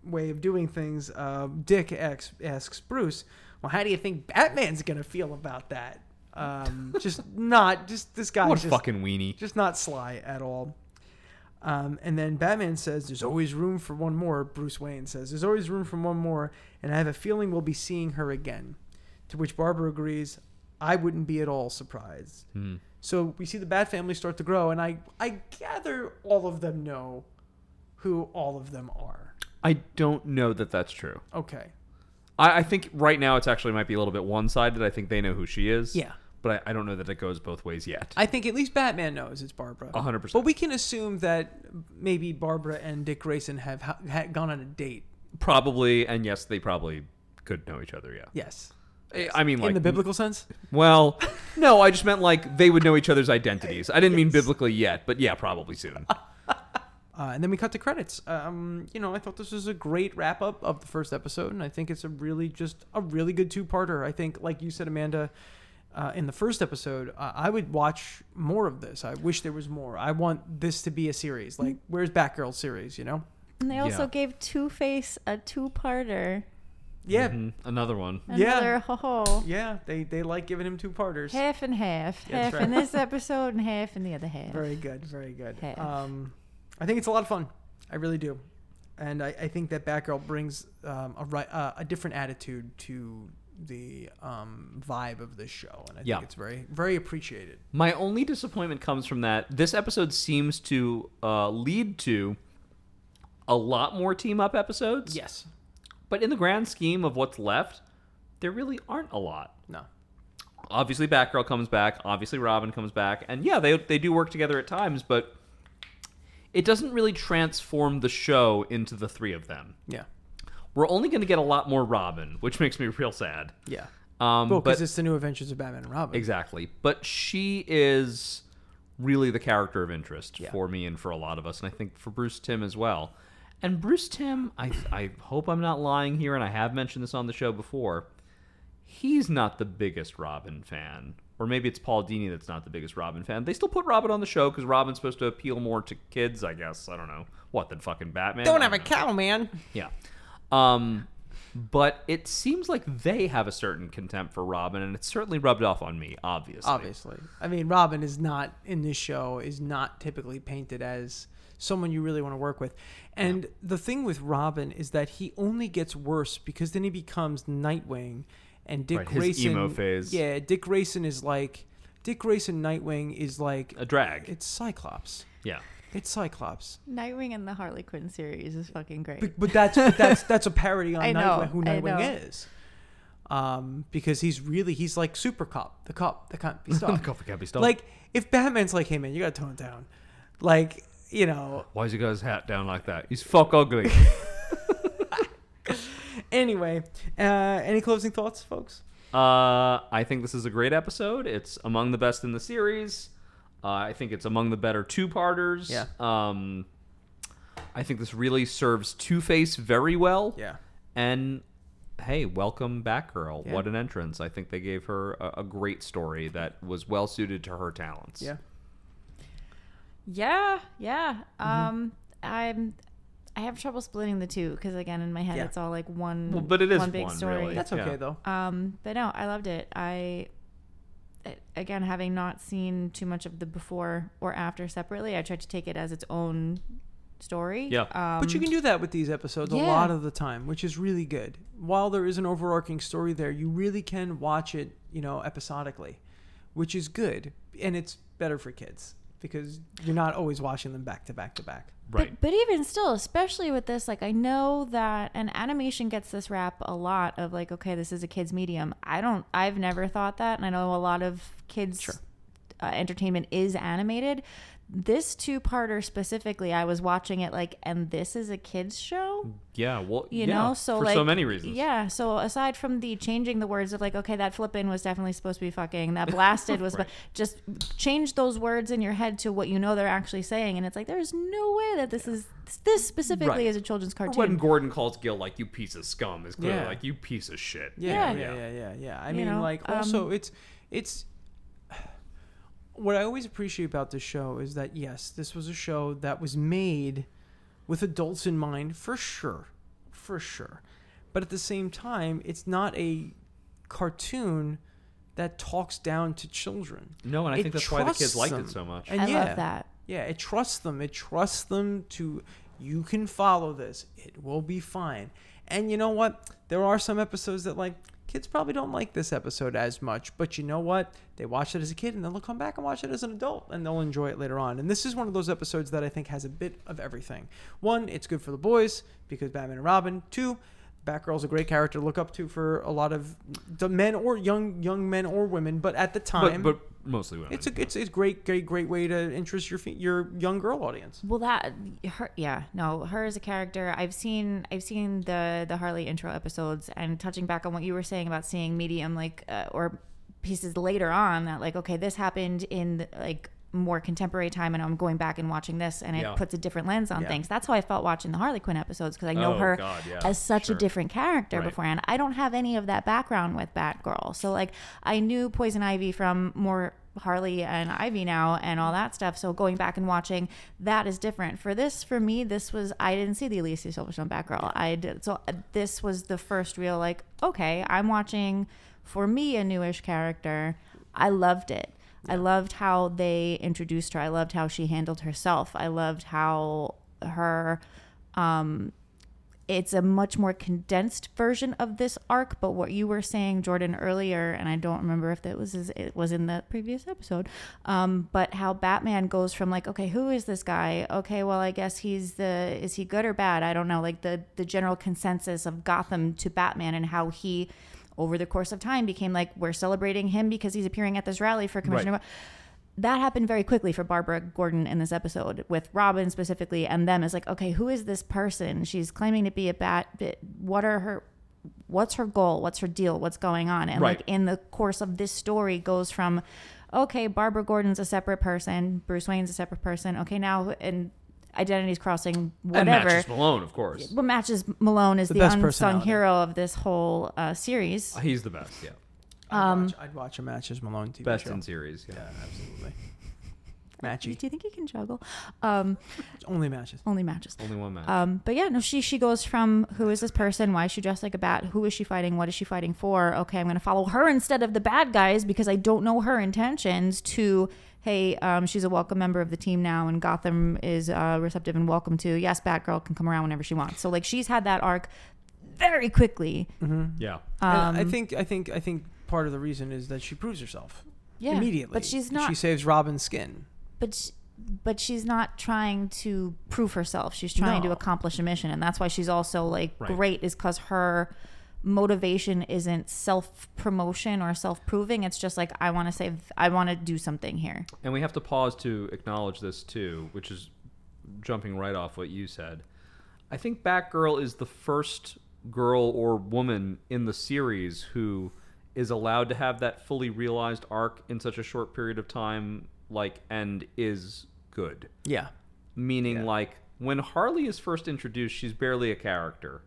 way of doing things. Uh, Dick asks, asks Bruce, "Well, how do you think Batman's gonna feel about that?" Um, just not just this guy. what a just, fucking weenie. just not sly at all. Um, and then Batman says, "There's always room for one more." Bruce Wayne says, "There's always room for one more," and I have a feeling we'll be seeing her again. To which Barbara agrees, "I wouldn't be at all surprised." Hmm. So we see the Bat family start to grow, and I I gather all of them know who all of them are. I don't know that that's true. Okay, I, I think right now it's actually might be a little bit one sided. I think they know who she is. Yeah. But I, I don't know that it goes both ways yet. I think at least Batman knows it's Barbara. A hundred percent. But we can assume that maybe Barbara and Dick Grayson have ha- ha- gone on a date. Probably, and yes, they probably could know each other. Yeah. Yes, I- I mean, like in the biblical sense. Well, no, I just meant like they would know each other's identities. I didn't mean biblically yet, but yeah, probably soon. Uh, and then we cut to credits. Um, you know, I thought this was a great wrap up of the first episode, and I think it's a really just a really good two parter. I think, like you said, Amanda, uh, in the first episode, uh, I would watch more of this. I wish there was more. I want this to be a series. Like, where's Batgirl series? You know? And they also Yeah. gave Two Face a two-parter. Yeah, Mhm, Another one. Yeah. Another ho ho. yeah. They they like giving him two parters. Half and half. That's Half in right. this episode and half in the other half. Very good, very good. Half. Um, I think it's a lot of fun. I really do, and I, I think that Batgirl brings um, a ri- uh, a different attitude to the um, vibe of the show, and I Yeah. think it's very very appreciated. My only disappointment comes from that. This episode seems to uh, lead to a lot more team up episodes. Yes. But in the grand scheme of what's left, there really aren't a lot. No. Obviously, Batgirl comes back. Obviously, Robin comes back. And yeah, they, they do work together at times, but it doesn't really transform the show into the three of them. Yeah. We're only going to get a lot more Robin, which makes me real sad. Yeah. Um, Well, because but it's the new Adventures of Batman and Robin. Exactly. But she is really the character of interest Yeah. for me and for a lot of us, and I think for Bruce Tim as well. And Bruce Tim, I, I hope I'm not lying here, and I have mentioned this on the show before. He's not the biggest Robin fan, or maybe it's Paul Dini that's not the biggest Robin fan. They still put Robin on the show because Robin's supposed to appeal more to kids, I guess. I don't know what than fucking Batman. I know. cow, man. Yeah. Um, but it seems like they have a certain contempt for Robin, and it's certainly rubbed off on me, obviously. Obviously, I mean, Robin is not in this show is not typically painted as someone you really want to work with. And the thing with Robin is that he only gets worse because then he becomes Nightwing, and Dick Right, his Grayson. emo phase. Yeah, Dick Grayson is like Dick Grayson. Nightwing is like A drag. it's Cyclops. yeah. It's Cyclops. Nightwing and the Harley Quinn series is fucking great. But, but that's that's that's a parody on I know, Nightwing, who I Nightwing know. is. Um, because he's really he's like super cop, the cop that can't be stopped. can't be stopped. like if Batman's like, hey man, you gotta tone it down. Like you know. why has he got his hat down like that? He's fuck ugly. Anyway, uh, any closing thoughts, folks? uh, I think this is a great episode. It's among the best in the series. Uh, I think it's among the better two-parters. Yeah. Um, I think this really serves Two Face very well. Yeah. And hey, welcome Batgirl. Yeah. What an entrance. I think they gave her a, a great story that was well suited to her talents. Yeah. Yeah, yeah. Mm-hmm. Um, I'm. I have trouble splitting the two because again, in my head, Yeah. it's all like one. Well, but it is one big one, story. really. That's okay Yeah. though. Um, but no, I loved it. I, it- again, having not seen too much of the before or after separately, I tried to take it as its own story. Yeah. Um, But you can do that with these episodes a yeah. lot of the time, which is really good. While there is an overarching story there, you really can watch it, you know, episodically, which is good. And it's better for kids because you're not always watching them back to back to back. Right. But, but even still, especially with this, like I know that an animation gets this rap a lot of like, okay, this is a kids medium. I don't, I've never thought that, and I know a lot of kids uh, entertainment is animated. This two-parter specifically, I was watching it like, and this is a kids show, yeah. Well, you yeah, know. So for like, so many reasons. Yeah. So aside from the changing the words of like, okay, that flippin' was definitely supposed to be fucking, that blasted was, Right. but just change those words in your head to what you know they're actually saying, and it's like there's no way that this is this specifically Right. is a children's Or cartoon. When Gordon calls Gil like you piece of scum is clearly Yeah. like you piece of shit. Yeah, Yeah. yeah, yeah, yeah, yeah. I You mean, know, like um, also it's it's what I always appreciate about this show is that yes, this was a show that was made with adults in mind for sure, for sure. But at the same time, it's not a cartoon that talks down to children. No, and I It think that's why the trusts kids liked them. it so much. And I yeah, love that. yeah, it trusts them. It trusts them to you can follow this. It will be fine. And you know what? There are some episodes that like kids probably don't like this episode as much, but you know what? They watch it as a kid and then they'll come back and watch it as an adult and they'll enjoy it later on. And this is one of those episodes that I think has a bit of everything. One, it's good for the boys because Batman and Robin. Two, Batgirl's a great character to look up to for a lot of the men or young young men or women, but at the time But, but mostly women. it's a it's it's great great great way to interest your fe- your young girl audience. Well, that her, yeah, no, her as a character. I've seen, I've seen the the Harley intro episodes, and touching back on what you were saying about seeing medium like uh, or pieces later on that like okay, this happened in like more contemporary time, and I'm going back and watching this, and it Yeah. puts a different lens on Yeah. things. That's how I felt watching the Harley Quinn episodes because I know Oh, her God, yeah, as such sure. a different character Right. beforehand. I don't have any of that background with Batgirl, so like I knew Poison Ivy from more Harley and Ivy now and all that stuff. So going back and watching that is different. For this, for me, this was I didn't see the Alicia Silverstone Batgirl. I did so uh, this was the first real like okay, I'm watching for me a newish character. I loved it. I loved how they introduced her. I loved how she handled herself. I loved how her it's a much more condensed version of this arc. But what you were saying, Jordan, earlier, and I don't remember if that was it was in the previous episode, um, but how Batman goes from like, okay, who is this guy? Okay, well, I guess he's the is he good or bad? I don't know. Like the the general consensus of Gotham to Batman and how he over the course of time became like we're celebrating him because he's appearing at this rally for commissioner Right. that happened very quickly for barbara gordon in this episode with robin specifically and them is like okay who is this person she's claiming to be a bat but what are her what's her goal what's her deal what's going on and Right. like in the course of this story goes from okay barbara gordon's a separate person bruce wayne's a separate person okay now and identities crossing And whatever Matches Malone, of course. what matches Malone is The the, best unsung personality. hero of this whole uh, series. He's the best. Yeah, I'd, Um, watch, I'd watch a Matches Malone TV best show. in series. Yeah. Absolutely. Do Matchy. you think he can juggle? Um, It's only matches. only matches. Only one Uh, match. Um, but yeah, no, she she goes from who is this person? Why is she dressed like a bat? Who is she fighting? What is she fighting for? Okay, I'm gonna follow her instead of the bad guys because I don't know her intentions. To hey, um, she's a welcome member of the team now, and Gotham is uh, receptive and welcome to. Yes, Batgirl can come around whenever she wants. So like she's had that arc very quickly. Um, yeah. And I think I think I think part of the reason is that she proves herself Yeah, immediately. but she's And not She saves Robin's skin. but sh but she's not trying to prove herself. She's trying No. to accomplish a mission, and that's why she's also like Right. great is because her motivation isn't self promotion or self proving. It's just like I want to save, I want to do something here. And we have to pause to acknowledge this too, which is jumping right off what you said. I think Batgirl is the first girl or woman in the series who is allowed to have that fully realized arc in such a short period of time, like, and is good. Yeah. Meaning, like, when Harley is first introduced, she's barely a character.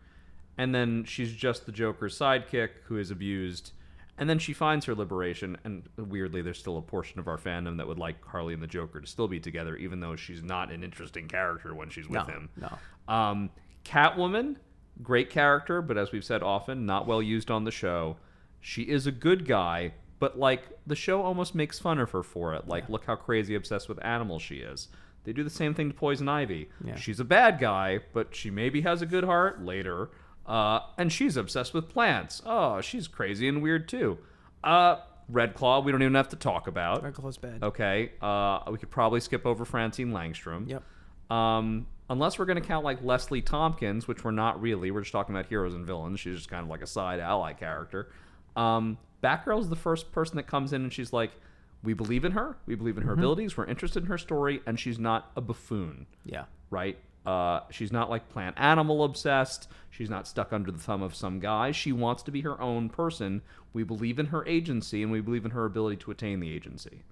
And then she's just the Joker's sidekick who is abused. And then she finds her liberation. And weirdly, there's still a portion of our fandom that would like Harley and the Joker to still be together, even though she's not an interesting character when she's no. with him. No. Um, Catwoman, great character, but as we've said often, not well used on the show. She is a good guy, but like the show almost makes fun of her for it. Like, look how crazy obsessed with animals she is. They do the same thing to Poison Ivy. Yeah. She's a bad guy, but she maybe has a good heart later. Uh, and she's obsessed with plants. Oh, she's crazy and weird too. Uh, Red Claw, we don't even have to talk about. Very close bed. Okay. Uh, we could probably skip over Francine Langstrom. Yep. Um, unless we're going to count like Leslie Tompkins, which we're not really. We're just talking about heroes and villains. She's just kind of like a side ally character. Um, Batgirl's the first person that comes in and she's like, we believe in her. We believe in her abilities. We're interested in her story. And she's not a buffoon Yeah. right? Uh, she's not like plant animal obsessed. She's not stuck under the thumb of some guy. She wants to be her own person. We believe in her agency and we believe in her ability to attain the agency.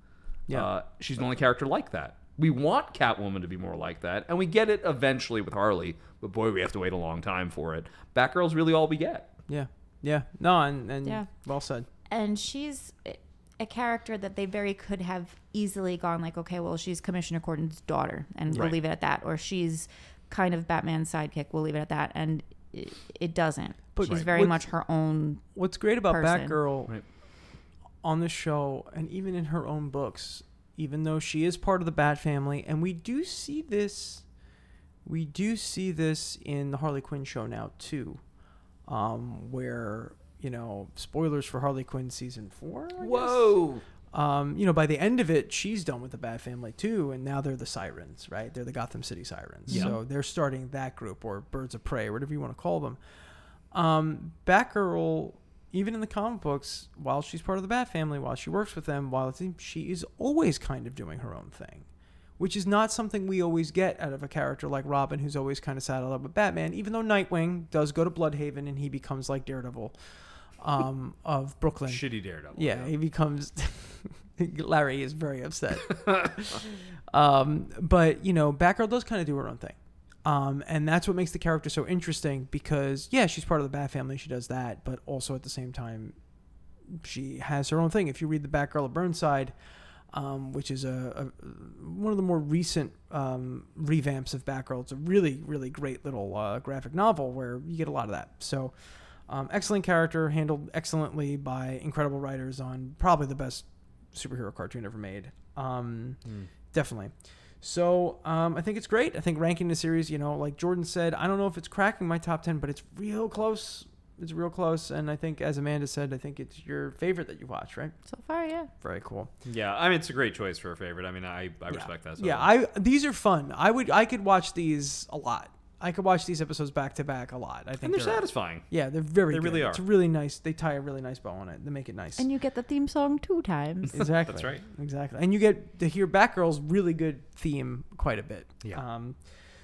Yeah. Uh, she's the only character like that. We want Catwoman to be more like that, and we get it eventually with Harley, but boy, we have to wait a long time for it. Batgirl's really all we get. Yeah. Yeah. No, and, and Yeah. well said. and she's a character that they very could have easily gone like, okay, well, she's Commissioner Gordon's daughter, and Right. we'll leave it at that, or she's kind of Batman's sidekick, we'll leave it at that, and it, it doesn't. But- she's Right. very What's- much her own. What's great about Person. Batgirl Right. on the show and even in her own books, even though she is part of the Bat family, and we do see this, we do see this in the Harley Quinn show now too, um, where you know spoilers for Harley Quinn season four. I guess? Um, you know, by the end of it, she's done with the Bat Family too, and now they're the Sirens, right? They're the Gotham City Sirens. Yeah. So they're starting that group or Birds of Prey, whatever you want to call them. Um, Batgirl, even in the comic books, while she's part of the Bat Family, while she works with them, while it's, she is always kind of doing her own thing, which is not something we always get out of a character like Robin, who's always kind of saddled up with Batman. Even though Nightwing does go to Bloodhaven and he becomes like Daredevil um, of Brooklyn. Shitty Daredevil. Yeah, he becomes. Larry is very upset. um, but you know, Batgirl does kind of do her own thing, um, and that's what makes the character so interesting. Because yeah, she's part of the Bat family. She does that, but also at the same time, she has her own thing. If you read the Batgirl of Burnside, um, which is a, a one of the more recent um, revamps of Batgirl, it's a really really great little uh, graphic novel where you get a lot of that. So. Um, excellent character, handled excellently by incredible Hmm. writers on probably the best superhero cartoon ever made. Um, Definitely. So um, I think it's great. I think ranking the series, you know, like Jordan said, I don't know if it's cracking my top ten, but it's real close. It's real close, and I think, as Amanda said, I think it's your favorite that you watch, right? So far, yeah. Very cool. Yeah, I mean it's a great choice for a favorite. I mean I, I respect that. So yeah, I these are fun. I would I could watch these a lot. I could watch these episodes back to back a lot. I think and they're satisfying. Yeah, they're very. They good. really are. It's really nice. They tie a really nice bow on it. They make it nice. And you get the theme song two times. exactly. That's right. Exactly. And you get to hear Batgirl's really good theme quite a bit. Yeah. Um,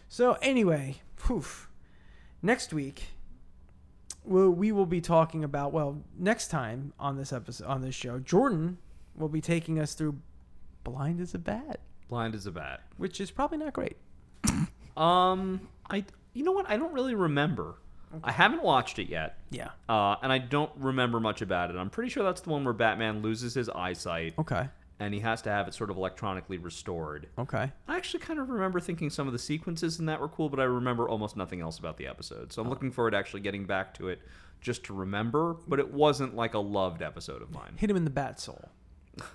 so anyway, poof. Next week, we'll, we will be talking about well next time on this episode on this show, Jordan will be taking us through "Blind as a Bat," Blind as a bat. which is probably not great. Um, I you know what? I don't really remember. I haven't watched it yet, Yeah. uh, and I don't remember much about it. I'm pretty sure that's the one where Batman loses his eyesight Okay. and he has to have it sort of electronically restored. Okay. I actually kind of remember thinking some of the sequences in that were cool, but I remember almost nothing else about the episode. So I'm looking forward to actually getting back to it just to remember, but it wasn't like a loved episode of mine. Hit him in the bat soul.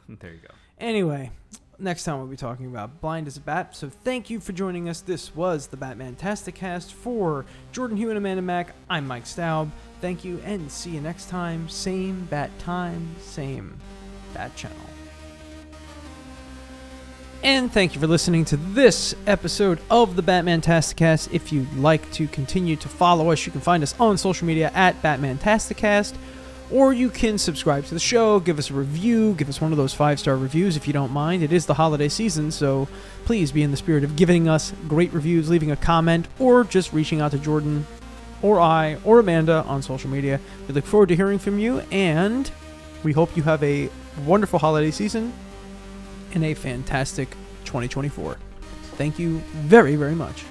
there you go. Anyway, next time we'll be talking about Blind as a Bat. So thank you for joining us. This was the Batman Tasticast for Jordan Hugh and Amanda Mack. I'm Mike Staub. Thank you and see you next time. Same bat time, same bat channel. And thank you for listening to this episode of the Batman Tasticast. If you'd like to continue to follow us, you can find us on social media at Batman Tasticast or you can subscribe to the show, give us a review, give us one of those five star reviews if you don't mind. It is the holiday season, so please be in the spirit of giving us great reviews, leaving a comment, or just reaching out to Jordan or I or Amanda on social media. We look forward to hearing from you, and we hope you have a wonderful holiday season and a fantastic 2024. Thank you very, very much.